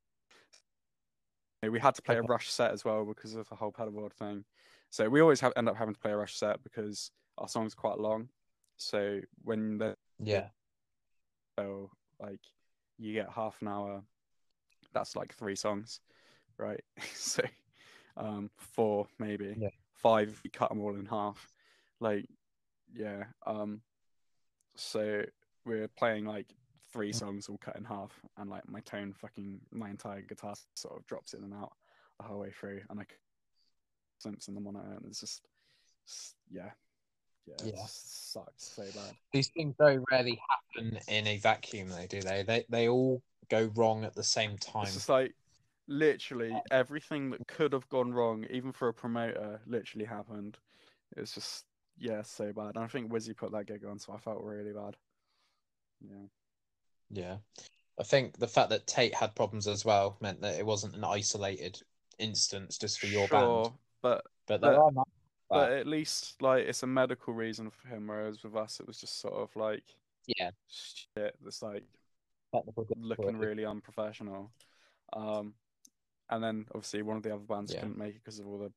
S2: it. We had to play a
S1: Okay.
S2: rush set as well because of the whole pedalboard thing. So we always have, end up having to play a rush set because our song's quite long. So when the
S1: Yeah.
S2: so like you get half an hour that's like three songs right so um four maybe
S1: Yeah.
S2: five if you cut them all in half like yeah um So we're playing like three songs all cut in half, and like my tone, fucking my entire guitar sort of drops in and out the whole way through, and I sense in the monitor, and it's just, s- yeah, yeah, it
S1: Yeah.
S2: sucks so bad.
S1: These things very rarely happen in a vacuum, though, do they? They they all go wrong at the same time. Oh.
S2: It's just like literally everything that could have gone wrong, even for a promoter, literally happened. It's just yeah, so bad. And I think Wizzy put that gig on, so I felt really bad. Yeah,
S1: Yeah, I think the fact that Tate had problems as well meant that it wasn't an isolated instance just for your band.
S2: Sure, but
S1: But
S2: But-
S1: there are not.
S2: but at least like it's a medical reason for him, whereas with us it was just sort of like
S1: Yeah,
S2: shit that's like
S1: technical
S2: looking really unprofessional. Um, and then obviously one of the other bands
S1: Yeah.
S2: couldn't make it because of all the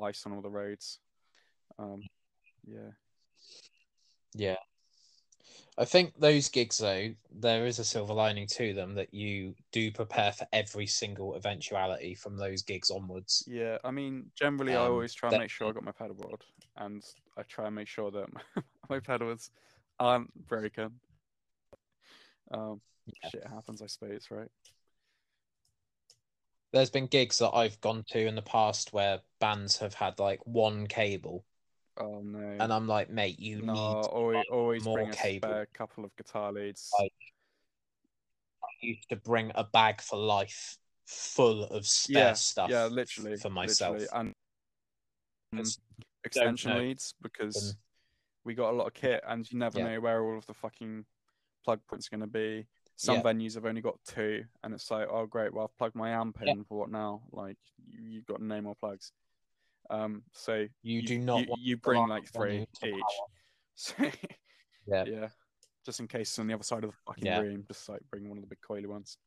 S2: ice on all the roads. Um, yeah,
S1: Yeah. I think those gigs, though, there is a silver lining to them that you do prepare for every single eventuality from those gigs onwards.
S2: yeah. I mean, generally, I
S1: Um,
S2: always try and
S1: that-
S2: make sure I got my pedalboard, and I try and make sure that my, my pedals aren't broken. Um,
S1: Yeah.
S2: shit happens, I suppose, right?
S1: There's been gigs that I've gone to in the past where bands have had like one cable,
S2: Oh no.
S1: and I'm like, mate, you
S2: no,
S1: need
S2: always, always
S1: more
S2: bring a
S1: cable.
S2: spare couple of guitar leads.
S1: Like- you to bring a bag for life full of spare
S2: Yeah,
S1: stuff.
S2: yeah, literally
S1: for myself.
S2: literally, and um,
S1: It's-
S2: extension
S1: know.
S2: leads because
S1: Um,
S2: we got a lot of kit, and you never
S1: Yeah.
S2: know where all of the fucking plug points are going to be. Some
S1: Yeah.
S2: venues have only got two, and it's like, oh great, well I've plugged my amp
S1: Yeah.
S2: in, but what now? Like you, you've got no more plugs. Um, so
S1: You do not
S2: you,
S1: want
S2: you
S1: to
S2: bring
S1: rely
S2: like
S1: on
S2: three
S1: you to
S2: each.
S1: power.
S2: So
S1: Yeah.
S2: yeah, just in case it's on the other side of the fucking
S1: Yeah.
S2: room, just like bring one of the big coily ones.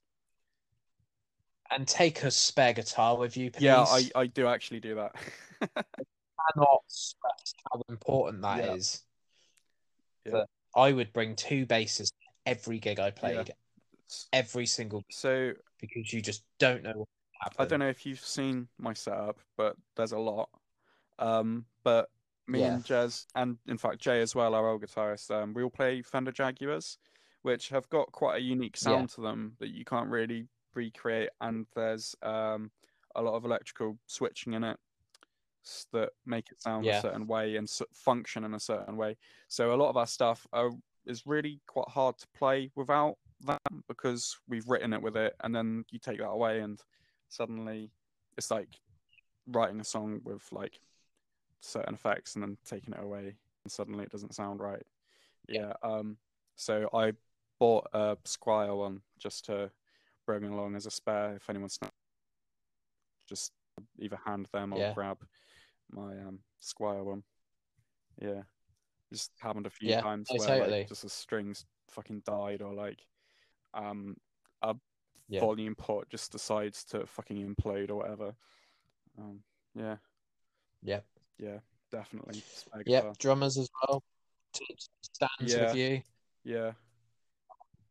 S1: And take a spare guitar with you, please.
S2: Yeah, I, I do actually do that.
S1: cannot stress how important that is.
S2: Yeah. Yeah.
S1: That I would bring two basses to every gig I played, every single
S2: so
S1: because you just don't know what
S2: I
S1: happened.
S2: don't know if you've seen my setup, but there's a lot. Um, but me
S1: Yeah.
S2: and Jez, and in fact Jay as well, our old guitarist, um, we all play Fender Jaguars, which have got quite a unique sound to them that you can't really recreate. And there's um, a lot of electrical switching in it s- that make it sound
S1: Yeah.
S2: a certain way and s- function in a certain way. So a lot of our stuff are, is really quite hard to play without that because we've written it with it, and then you take that away and suddenly it's like writing a song with like certain effects and then taking it away and suddenly it doesn't sound right yeah, um so i bought a squire one just to bring along as a spare if anyone's not just either hand them or
S1: Yeah.
S2: grab my um squire one yeah just happened a few
S1: Yeah,
S2: times
S1: no,
S2: where
S1: totally.
S2: like just the strings fucking died or like um a
S1: Yeah.
S2: volume port just decides to fucking implode or whatever. Um, yeah,
S1: Yep,
S2: yeah, definitely. Spare
S1: yep.
S2: guitar.
S1: Drummers as well. Tips, stands
S2: uh, Yeah.
S1: with you.
S2: yeah.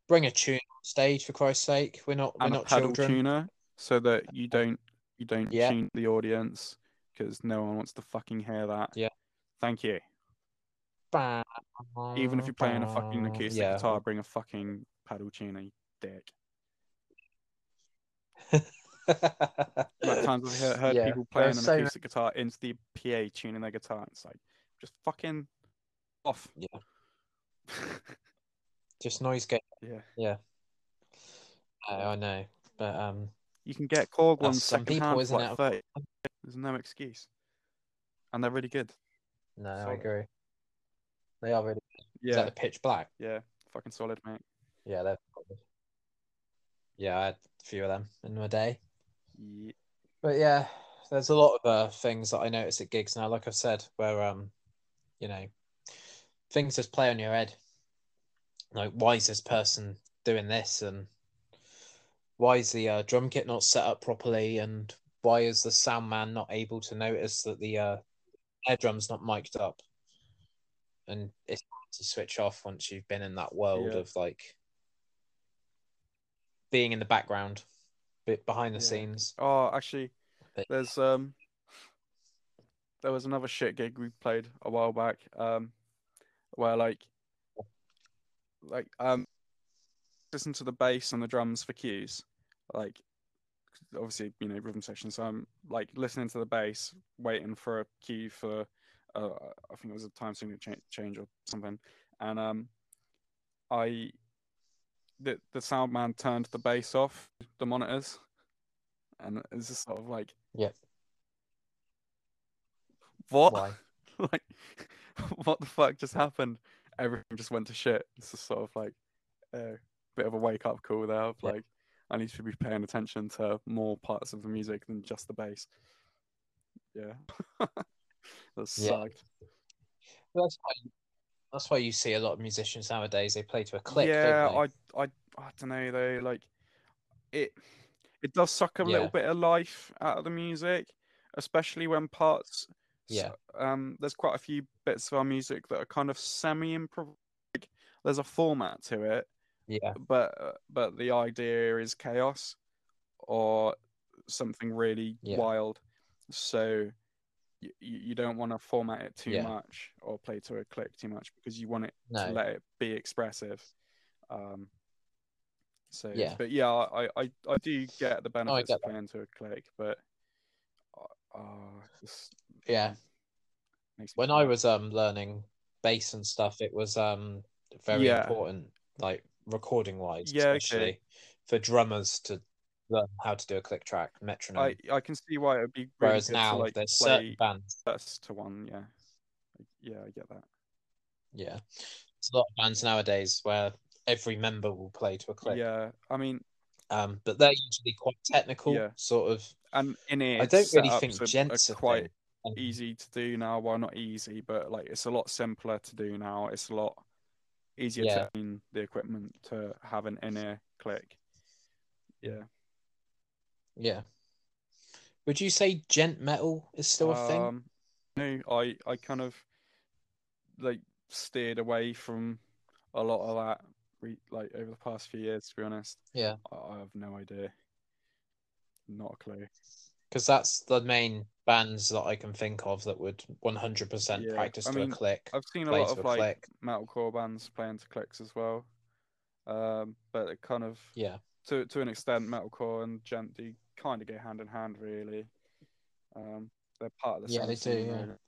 S1: Bring a tune on stage for Christ's sake. We're not. We're
S2: And a
S1: not
S2: pedal
S1: children.
S2: tuner so that you don't you don't
S1: Yeah.
S2: tune the audience because no one wants to fucking hear that.
S1: Yeah.
S2: Thank you.
S1: Ba-
S2: Even if you're playing a fucking
S1: ba-
S2: acoustic
S1: Uh, yeah.
S2: guitar, bring a fucking pedal tuner, you dick. amount of times I've heard, heard
S1: Yeah,
S2: people
S1: there are
S2: playing an
S1: so many-
S2: acoustic guitar into the PA tuning their guitar. It's like just fucking off.
S1: Yeah. just noise gate.
S2: yeah.
S1: I I know, but um,
S2: You can get Korg ones
S1: That's some
S2: second
S1: people,
S2: hand
S1: isn't
S2: for like
S1: it?
S2: 30. There's no excuse. And they're really good.
S1: no, I
S2: Solid.
S1: agree. They are really. Is
S2: Yeah,
S1: that the pitch black?
S2: yeah. Fucking solid, mate.
S1: Yeah, they're yeah, I had a few of them in my day.
S2: Yeah.
S1: But yeah, there's a lot of uh, things that I notice at gigs now. Like I've said, where um, you know, things just play on your head. Like, why is this person doing this? And why is the uh, drum kit not set up properly? And why is the sound man not able to notice that the uh, air drum's not mic'd up? And it's hard to switch off once you've been in that world
S2: Yeah.
S1: of like being in the background, bit behind the
S2: Yeah.
S1: scenes.
S2: Oh, actually,
S1: But-
S2: there's um, there was another shit gig we played a while back um, where like like um listen to the bass and the drums for cues like obviously you know rhythm section so i'm like listening to the bass waiting for a cue for uh, i think it was a time signature cha- change or something and um i the, the sound man turned the bass off the monitors and it's just sort of like
S1: Yeah.
S2: what
S1: Why?
S2: like what the fuck just happened everything just went to shit this is sort of like a bit of a wake up call there of
S1: Yeah.
S2: like i need to be paying attention to more parts of the music than just the bass yeah that sucked
S1: That's why, that's why you see a lot of musicians nowadays. They play to a click.
S2: yeah
S1: don't
S2: i i i don't know though like it it does suck a
S1: Yeah.
S2: little bit of life out of the music especially when parts
S1: they? yeah,
S2: um, there's quite a few bits of our music that are kind of semi improv. Like, there's a format to it,
S1: yeah,
S2: but uh, but the idea is chaos or something really
S1: Yeah.
S2: wild. So you, you don't want to format it too
S1: Yeah.
S2: much or play to a click too much because you want it
S1: no,
S2: to let it be expressive. Um, so
S1: Yeah. Oh,
S2: but yeah, I, I I do get the benefits
S1: get
S2: of
S1: that.
S2: playing to a click, but uh, uh, it's-
S1: yeah.
S2: makes me
S1: When
S2: feel
S1: I
S2: like-
S1: was um learning bass and stuff, it was um very
S2: Yeah.
S1: important, like recording wise,
S2: Yeah, okay.
S1: especially for drummers to learn how to do a click track metronome.
S2: I I can see why it'd be really
S1: Whereas
S2: good
S1: now
S2: to like
S1: there's certain
S2: play
S1: bands,
S2: first to one. Yeah, yeah, I get that.
S1: yeah, there's a lot of bands nowadays where every member will play to a click.
S2: Yeah, I mean,
S1: Um, but they're usually quite technical,
S2: Yeah.
S1: sort of.
S2: and in it,
S1: I don't
S2: it's
S1: really
S2: set up
S1: think
S2: to- are
S1: gents are
S2: quite
S1: thing. Um,
S2: easy to do now. Well, not easy, but like it's a lot simpler to do now. It's a lot easier
S1: Yeah.
S2: to own the equipment to have an in ear click. Yeah,
S1: Yeah. Would you say gent metal is still a thing?
S2: Um, no, I I kind of like steered away from a lot of that. Re- like over the past few years, to be honest.
S1: Yeah.
S2: I, I have no idea. Not a clue.
S1: Because that's the main bands that I can think of that would 100%
S2: Yeah,
S1: practice
S2: I
S1: to
S2: mean,
S1: a click.
S2: I've seen a
S1: play
S2: lot
S1: to
S2: of
S1: a
S2: like
S1: click.
S2: metalcore bands playing to clicks as well. Um, but it kind of
S1: Yeah.
S2: to to an extent, metalcore and gent do kind of go hand in hand, really. Um, they're part of the
S1: Yeah,
S2: same
S1: they do,
S2: scene,
S1: yeah.
S2: really.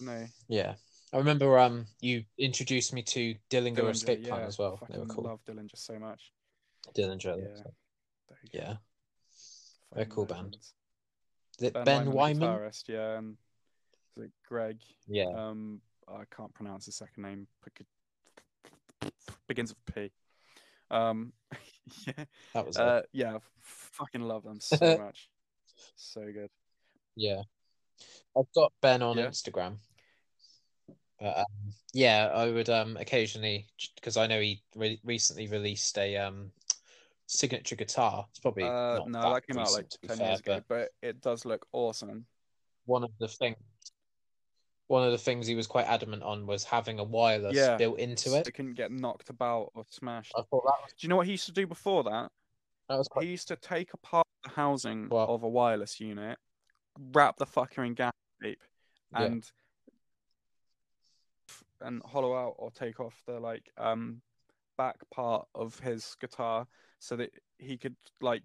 S2: No,
S1: Yeah. I remember um you introduced me to Dillinger,
S2: Dillinger,
S1: Escape Plan
S2: yeah,
S1: as well. They
S2: Fucking
S1: were cool.
S2: love Dillinger so much.
S1: Dillinger.
S2: Yeah,
S1: Yeah.
S2: They-
S1: They're a
S2: fucking
S1: cool band.
S2: legends.
S1: Is it Ben,
S2: Wyman,
S1: Wyman?
S2: guitarist, yeah, and is it Greg?
S1: Yeah.
S2: Um, I can't pronounce his second name. Pic- Begins with P. Um, yeah,
S1: That was it.
S2: uh, yeah, f- fucking love them so much. So good.
S1: Yeah. I've got Ben on
S2: Yeah.
S1: Instagram. But, um, yeah, I would um occasionally because I know he re- recently released a um signature guitar. It's probably
S2: Uh,
S1: not
S2: no,
S1: that,
S2: that came out like
S1: recent, to be
S2: ten
S1: fair,
S2: years ago,
S1: but
S2: but it does look awesome.
S1: one of the things one of the things he was quite adamant on was having a wireless
S2: Yeah.
S1: built into
S2: So
S1: it.
S2: It couldn't get knocked about or smashed.
S1: I thought that was
S2: Do you know what he used to do before that?
S1: that was quite
S2: He used to take apart the housing
S1: What?
S2: of a wireless unit, wrap the fucker in gas tape,
S1: Yeah.
S2: and and hollow out or take off the like um back part of his guitar so that he could like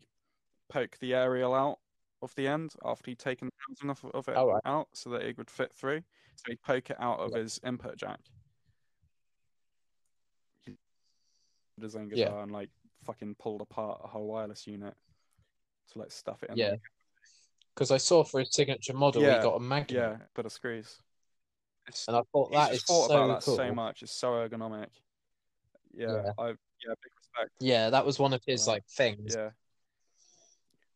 S2: poke the aerial out of the end after he'd taken the housing off of it
S1: All right.
S2: out so that it would fit through. So he'd poke it out of
S1: Yeah.
S2: his input jack. He did his own
S1: Yeah.
S2: guitar and like fucking pulled apart a whole wireless unit to like stuff it in.
S1: yeah.
S2: there.
S1: Because I saw for his signature model
S2: Yeah.
S1: he got a magnet,
S2: Yeah, but of screws. It's
S1: and I thought
S2: He's
S1: that
S2: just
S1: is
S2: thought
S1: so
S2: about that
S1: cool.
S2: so much. It's so ergonomic. Yeah,
S1: Yeah.
S2: I yeah, big respect.
S1: Yeah, that was one of his
S2: Wow.
S1: like things.
S2: Yeah,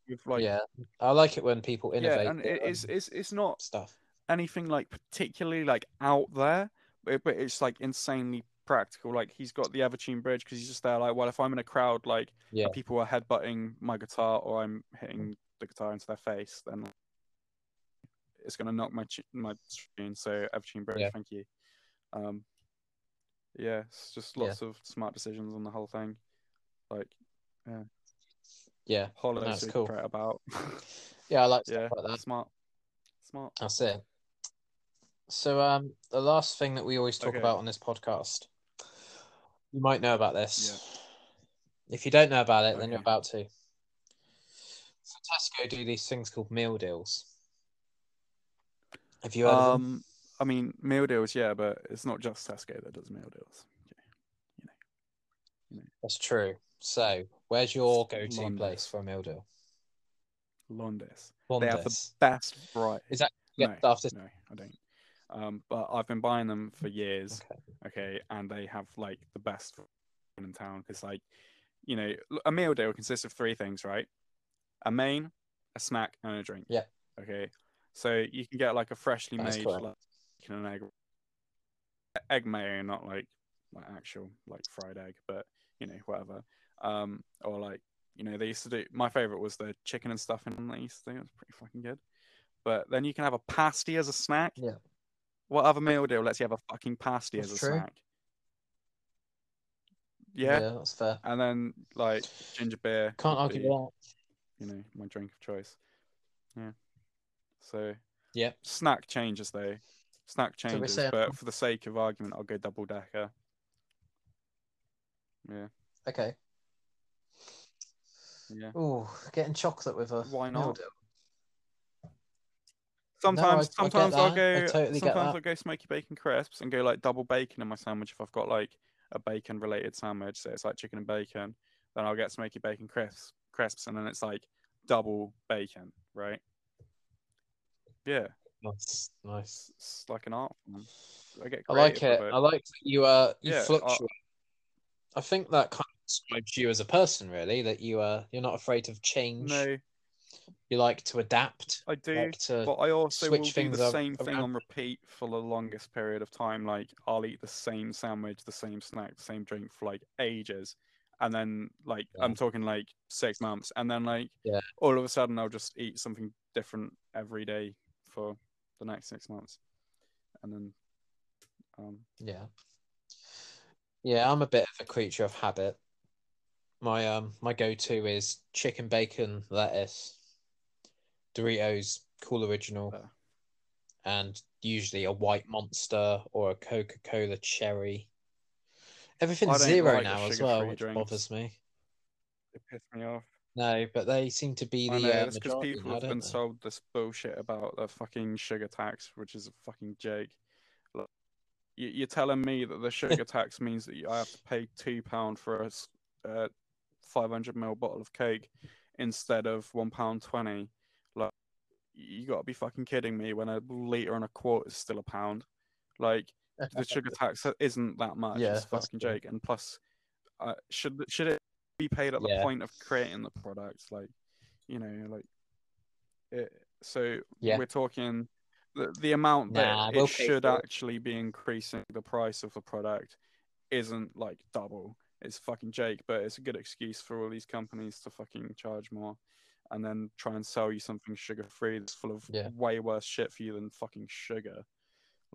S2: with like
S1: yeah, I like it when people innovate
S2: yeah, and it is
S1: um,
S2: it's it's not
S1: stuff.
S2: anything like particularly like out there, but, but it's like insanely practical. Like he's got the Evertune bridge because he's just there. Like, well, if I'm in a crowd, like
S1: Yeah.
S2: and people are headbutting my guitar or I'm hitting the guitar into their face, then it's gonna knock my tu- my tune. So Evertune bridge,
S1: Yeah.
S2: thank you. Um, yeah, it's just
S1: Yeah.
S2: lots of smart decisions on the whole thing. Like
S1: Yeah,
S2: holidays
S1: That's
S2: we could
S1: cool.
S2: fret about.
S1: yeah, I like
S2: yeah,
S1: stuff like that.
S2: smart, smart.
S1: That's it. So, um, the last thing that we always talk
S2: Okay.
S1: about on this podcast You might know about this. If you don't know about it, then you're
S2: Okay.
S1: about to. So Tesco do these things called meal deals. Have you heard of them?
S2: Um, I mean, meal deals, yeah, but it's not just Tesco that does meal deals.
S1: That's true. So, where's your go-to
S2: London.
S1: place for a meal deal?
S2: Londis. They have the
S1: Bondas.
S2: best variety.
S1: Is that get
S2: no.
S1: after?
S2: No, I don't. Um, but I've been buying them for years. Okay, and they have like the best in town because, like, you know, l- a meal deal consists of three things, right? A main, a snack, and a drink.
S1: Yeah.
S2: Okay, so you can get like a freshly
S1: That is
S2: made
S1: correct.
S2: like, chicken and egg egg mayo, not like like actual like fried egg, but you know whatever. Um, or like you know they used to do. My favorite was the chicken and stuffing that they used to do. It was pretty fucking good. But then you can have a pasty as a snack.
S1: Yeah.
S2: What other meal deal lets you have a fucking pasty as a
S1: That's true.
S2: snack? Yeah.
S1: that's fair.
S2: And then like ginger beer.
S1: Can't
S2: would
S1: argue
S2: be,
S1: with that.
S2: You know my drink of choice. Yeah. So.
S1: Yep.
S2: Snack changes though. Snack
S1: we
S2: changes,
S1: say-
S2: but for the sake of argument, I'll go double decker. Yeah.
S1: Okay.
S2: Yeah.
S1: Ooh, getting chocolate with a
S2: Why
S1: meal
S2: not?
S1: deal.
S2: Sometimes,
S1: I- I get
S2: sometimes
S1: that.
S2: I'll
S1: I
S2: go.
S1: totally get
S2: sometimes
S1: that.
S2: I'll go smoky bacon crisps and go like double bacon in my sandwich if I've got like a bacon related sandwich. So it's like chicken and bacon. Then I'll get smoky bacon crisps, crisps, and then it's like double bacon, right? Yeah,
S1: Nice, nice.
S2: it's, it's like an art form. I get.
S1: I like it.
S2: creative with
S1: I like that you uh you
S2: Yeah, I-
S1: fluctuate. I... think that kind of describes you as a person, really. That you uh you're not afraid of change.
S2: No,
S1: You like to adapt.
S2: I do.
S1: Like to
S2: But I also will
S1: switch
S2: do
S1: things
S2: the
S1: up
S2: same thing
S1: around.
S2: on repeat for the longest period of time. Like I'll eat the same sandwich, the same snack, the same drink for like ages, and then like
S1: Yeah.
S2: I'm talking like six months, and then like
S1: Yeah.
S2: all of a sudden I'll just eat something different every day for the next six months, and then um,
S1: yeah. Yeah, I'm a bit of a creature of habit. My um my go-to is chicken bacon lettuce, Doritos Cool Original,
S2: Fair.
S1: and usually a white monster or a Coca-Cola cherry.
S2: I
S1: Everything's
S2: don't
S1: zero
S2: like the
S1: now as
S2: sugar-free
S1: well, which
S2: drinks.
S1: bothers me.
S2: it pissed me off.
S1: No, but they seem to be the
S2: I know
S1: uh,
S2: that's because
S1: majority
S2: people
S1: now,
S2: have
S1: don't
S2: been
S1: they?
S2: sold this bullshit about the fucking sugar tax, which is a fucking joke. Like, you- you're telling me that the sugar tax means that you- I have to pay two pound for a s- uh, 500 ml bottle of Coke instead of one pound twenty? Like, you got to be fucking kidding me! When a liter and a quarter is still a pound, like the sugar tax isn't that much.
S1: Yeah,
S2: it's a
S1: that's
S2: fucking
S1: true.
S2: joke. And plus, uh, should should it be paid at the
S1: Yeah.
S2: point of creating the product? Like, you know, like it, so
S1: Yeah.
S2: we're talking the, the amount that
S1: Nah,
S2: it
S1: we'll pay
S2: should
S1: for it.
S2: actually be increasing the price of the product isn't like double. It's fucking Jake, but it's a good excuse for all these companies to fucking charge more and then try and sell you something sugar free that's full of
S1: Yeah.
S2: way worse shit for you than fucking sugar.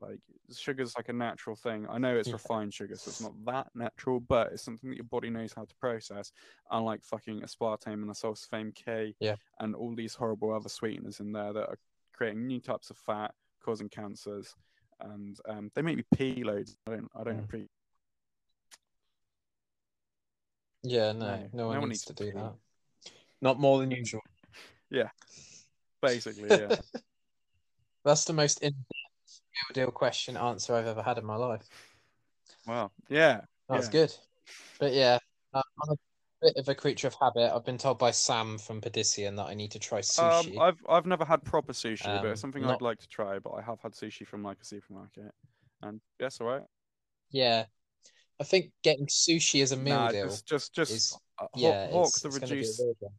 S2: Like sugar's like a natural thing. I know it's
S1: Yeah.
S2: refined sugar, so it's not that natural, but it's something that your body knows how to process. Unlike fucking aspartame and acesulfame K,
S1: Yeah.
S2: and all these horrible other sweeteners in there that are creating new types of fat, causing cancers, and um, they make me pee loads. I don't, I don't
S1: Mm.
S2: appreciate.
S1: Yeah, no,
S2: No,
S1: no, one, needs to do
S2: pee.
S1: that. Not more than usual.
S2: Basically, yeah.
S1: That's the most in depth deal question answer I've ever had in my life.
S2: wow. Yeah.
S1: That's
S2: Yeah.
S1: good. But yeah, uh, I'm a bit of a creature of habit. I've been told by Sam from Padisian that I need to try
S2: Um,
S1: sushi.
S2: I've I've never had proper sushi, but
S1: Um,
S2: it's something
S1: not-
S2: I'd like to try. But I have had sushi from like a supermarket, and yes, all right.
S1: Yeah. I think getting sushi as a meal
S2: Nah,
S1: deal
S2: just just just
S1: is
S2: uh, Haw-
S1: yeah,
S2: Hawk
S1: it's,
S2: the
S1: it's gonna be a
S2: reduced
S1: weird one.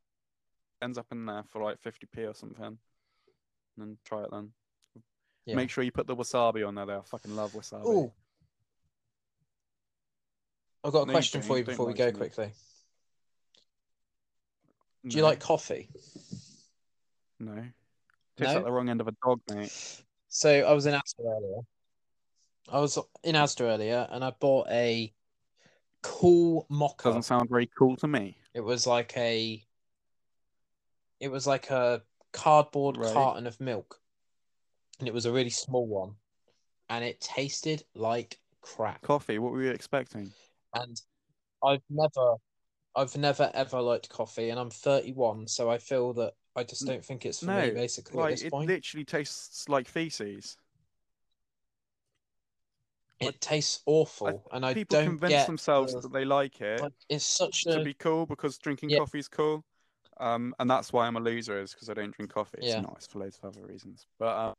S2: ends up in there for like fifty p or something, and then try it then.
S1: Yeah.
S2: Make sure you put the wasabi on there. Though. I fucking love wasabi.
S1: Ooh. I've got a
S2: No, you
S1: question
S2: don't-
S1: for
S2: you
S1: you
S2: don't
S1: before we
S2: like
S1: go
S2: me.
S1: quickly.
S2: no,
S1: Do you like coffee?
S2: No. Tastes
S1: No?
S2: like the wrong end of a dog, mate.
S1: So I was in Asda earlier. I was in Asda earlier, and I bought a cool mocha.
S2: Doesn't sound very cool to me.
S1: It was like a, it was like a cardboard
S2: Right.
S1: carton of milk, and it was a really small one, and it tasted like crap.
S2: Coffee. What were you expecting?
S1: and I've never, I've never ever liked coffee, and I'm 31, so I feel that I just don't think it's for me.
S2: No,
S1: Basically, at
S2: Like
S1: this
S2: it
S1: point,
S2: literally tastes like feces.
S1: it tastes awful, and I
S2: People
S1: don't
S2: convince
S1: get.
S2: themselves
S1: the-
S2: that they like it
S1: like, it's such
S2: to
S1: a
S2: be cool because drinking
S1: Yeah.
S2: coffee's cool. Um, and that's why I'm a loser is because I don't drink coffee. It's
S1: Yeah.
S2: not. It's for loads of other reasons. But um,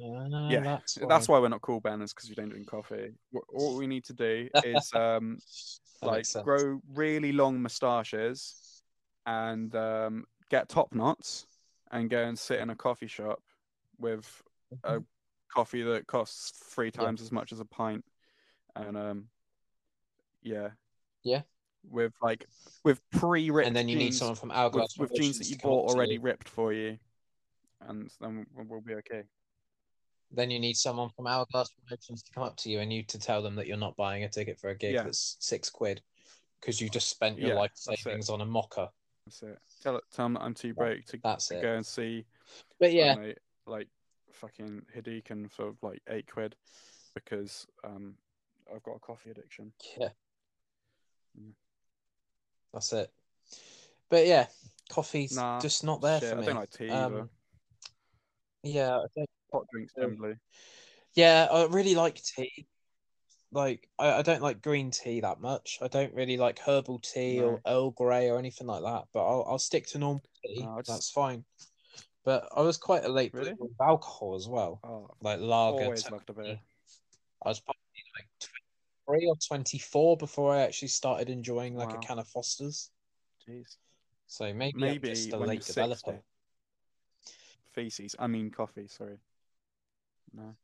S1: Ah,
S2: yeah,
S1: That's why.
S2: that's why we're not cool, Ben, is because you don't drink coffee. Wh- All we need to do is um,
S1: That
S2: like
S1: makes sense.
S2: grow really long moustaches and um, get top knots and go and sit in a coffee shop with a coffee that costs three
S1: Yeah.
S2: times as much as a pint and um yeah
S1: Yeah.
S2: with like with pre-ripped
S1: and then you need
S2: jeans,
S1: someone from Hourglass
S2: with, with jeans that
S1: Promotions
S2: you
S1: to come up
S2: bought
S1: to
S2: already
S1: you.
S2: ripped for you and then we'll, we'll be okay
S1: Then you need someone from Hourglass Promotions to come up to you and you to tell them that you're not buying a ticket for a gig
S2: Yeah.
S1: that's six quid because you just spent your
S2: Yeah,
S1: life
S2: that's it.
S1: savings on a mocker.
S2: that's it tell, tell them i'm too broke to,
S1: That's
S2: to
S1: it.
S2: go and see
S1: But yeah,
S2: and they, like fucking Hidekin for like eight quid because um I've got a coffee addiction.
S1: yeah,
S2: Yeah.
S1: that's it. But yeah, coffee's
S2: Nah,
S1: just not there
S2: Shit,
S1: for me.
S2: I don't like tea either.
S1: Um, yeah, I don't-
S2: Hot drinks
S1: um,
S2: generally.
S1: yeah, I really like tea. Like, I, I don't like green tea that much. I don't really like herbal tea or Earl Grey or anything like that. But I'll I'll stick to normal tea.
S2: No, I just-
S1: That's fine. But I was quite a late
S2: Really?
S1: bloomer with alcohol as well,
S2: Oh,
S1: like
S2: I've
S1: lager.
S2: always
S1: type
S2: loved a
S1: tea.
S2: beer.
S1: I was probably like twenty three or twenty four before I actually started enjoying like
S2: Wow.
S1: a can of Foster's.
S2: Jeez.
S1: So maybe,
S2: Maybe
S1: I'm just a
S2: when
S1: late
S2: you're 60.
S1: developer.
S2: Feces. I mean coffee, sorry. No.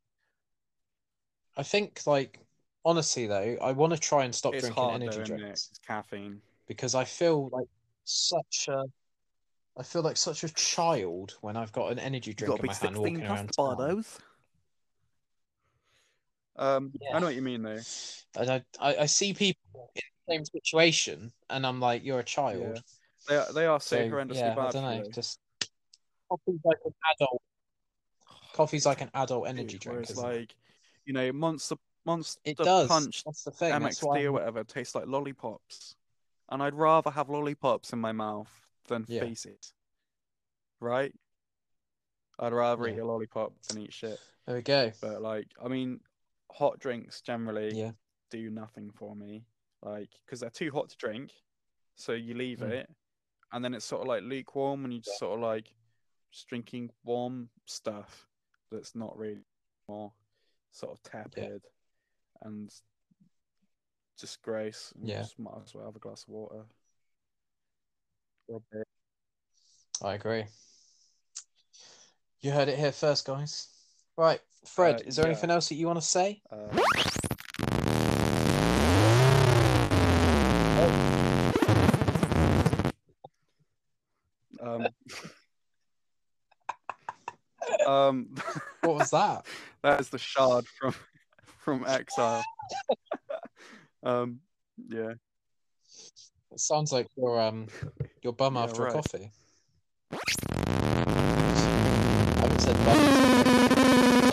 S1: I think like honestly though, I want to try and stop
S2: it's
S1: drinking
S2: hard
S1: energy
S2: though, isn't it?
S1: drinks.
S2: It's caffeine.
S1: because I feel like such a I feel like such a child when I've got an energy drink in my hand walking around. town.
S2: Um
S1: Yeah.
S2: I know what you mean though.
S1: And I, I I see people in the same situation, and I'm like, you're a child.
S2: They are, they are so,
S1: So,
S2: horrendously
S1: yeah,
S2: bad.
S1: I
S2: for
S1: don't know.
S2: you.
S1: Just coffee's like an adult. Coffee's like an adult energy
S2: Dude,
S1: drink.
S2: Whereas,
S1: Isn't it?
S2: like, you know, Monster Monster
S1: It does.
S2: Punch,
S1: That's the thing. That's why
S2: MXD or whatever tastes like lollipops, and I'd rather have lollipops in my mouth than
S1: Yeah.
S2: feces, right? I'd rather eat
S1: Yeah.
S2: a lollipop than eat shit.
S1: there we go.
S2: But like, I mean, hot drinks generally
S1: Yeah.
S2: do nothing for me, like because they're too hot to drink, so you leave
S1: Mm.
S2: it, and then it's sort of like lukewarm, and you just sort of like just drinking warm stuff that's not really more sort of tepid and just gross. And you
S1: Yeah.
S2: just might as well have a glass of water. Or a bit.
S1: I agree. You heard it here first, guys. Right, Fred.
S2: Uh,
S1: is there
S2: yeah.
S1: anything else that you want to say?
S2: Uh, um, um,
S1: What was that?
S2: that is the shard from from Exile. um, yeah.
S1: It sounds like your um your bum
S2: Yeah,
S1: after
S2: right.
S1: a coffee. I haven't said bum.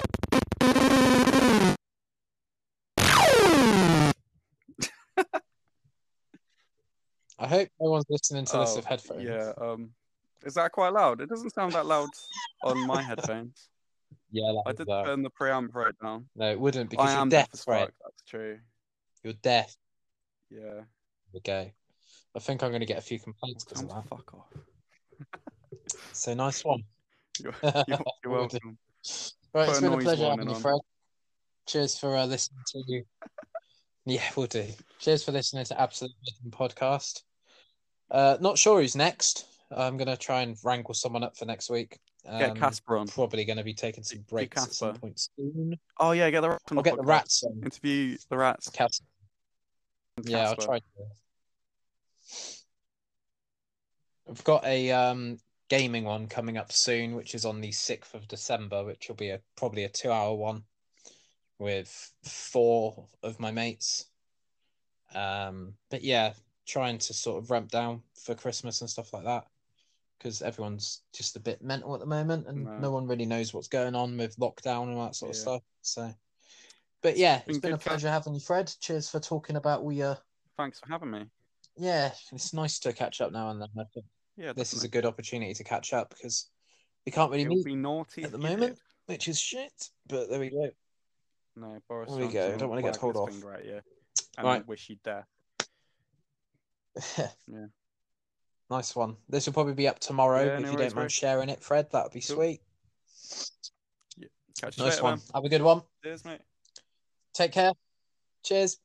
S1: I hope no one's listening to this
S2: Oh,
S1: with headphones.
S2: Yeah. Um, is that quite loud? It doesn't sound that loud on my headphones.
S1: yeah. That
S2: I
S1: was
S2: did
S1: loud.
S2: turn the preamp right down.
S1: No, it wouldn't because
S2: I
S1: you're
S2: am
S1: deaf,
S2: deaf as
S1: Fred.
S2: fuck. That's true.
S1: You're deaf.
S2: Yeah.
S1: Okay. I think I'm going to get a few complaints because
S2: Time
S1: of
S2: to
S1: that.
S2: fuck off.
S1: So nice one.
S2: You're,
S1: right,
S2: you're, you're
S1: We'll do.
S2: welcome.
S1: it's
S2: a
S1: been a
S2: noise
S1: pleasure
S2: warning
S1: having you,
S2: on.
S1: Fred. Cheers for uh, listening to you. Yeah, we'll do. Cheers for listening to Absolute Rhythm Podcast. Uh, not sure who's next. I'm going to try and wrangle someone up for next week.
S2: Get
S1: Um,
S2: Casper on.
S1: Probably going to be taking some breaks at some
S2: Casper.
S1: point soon.
S2: Oh yeah, get the rats on.
S1: I'll get the
S2: podcast.
S1: rats on.
S2: Interview the rats.
S1: Cas-
S2: and
S1: Yeah, I'll
S2: Casper.
S1: try. To. I've got a um, gaming one coming up soon, which is on the sixth of December, which will be a probably a two-hour one with four of my mates. Um, but yeah, trying to sort of ramp down for Christmas and stuff like that because everyone's just a bit mental at the moment, and
S2: No.
S1: no one really knows what's going on with lockdown and all that sort of
S2: Yeah.
S1: stuff. So But yeah, it's
S2: been
S1: been, a
S2: good, Kev.
S1: pleasure having you, Fred. Cheers for talking about we. Uh,
S2: Thanks for having me.
S1: yeah, it's nice to catch up now and then. I think
S2: Yeah,
S1: this is a
S2: definitely.
S1: good opportunity to catch up because we can't really
S2: It would
S1: meet,
S2: be naughty
S1: at
S2: if
S1: the
S2: you
S1: moment.
S2: did.
S1: which is shit. But there we go.
S2: No, Boris.
S1: There we go,
S2: Johnson
S1: I don't
S2: will
S1: wanna get
S2: wag
S1: told
S2: his
S1: off.
S2: Finger at you and
S1: Right.
S2: wish you death. Yeah.
S1: Nice one. This will probably be up tomorrow
S2: Yeah,
S1: if
S2: no
S1: you
S2: worries,
S1: don't
S2: bro.
S1: mind sharing it, Fred. That would be
S2: Cool.
S1: sweet.
S2: Catch you
S1: Nice
S2: later,
S1: one.
S2: man.
S1: Have a good one.
S2: Cheers, mate.
S1: Take care. Cheers.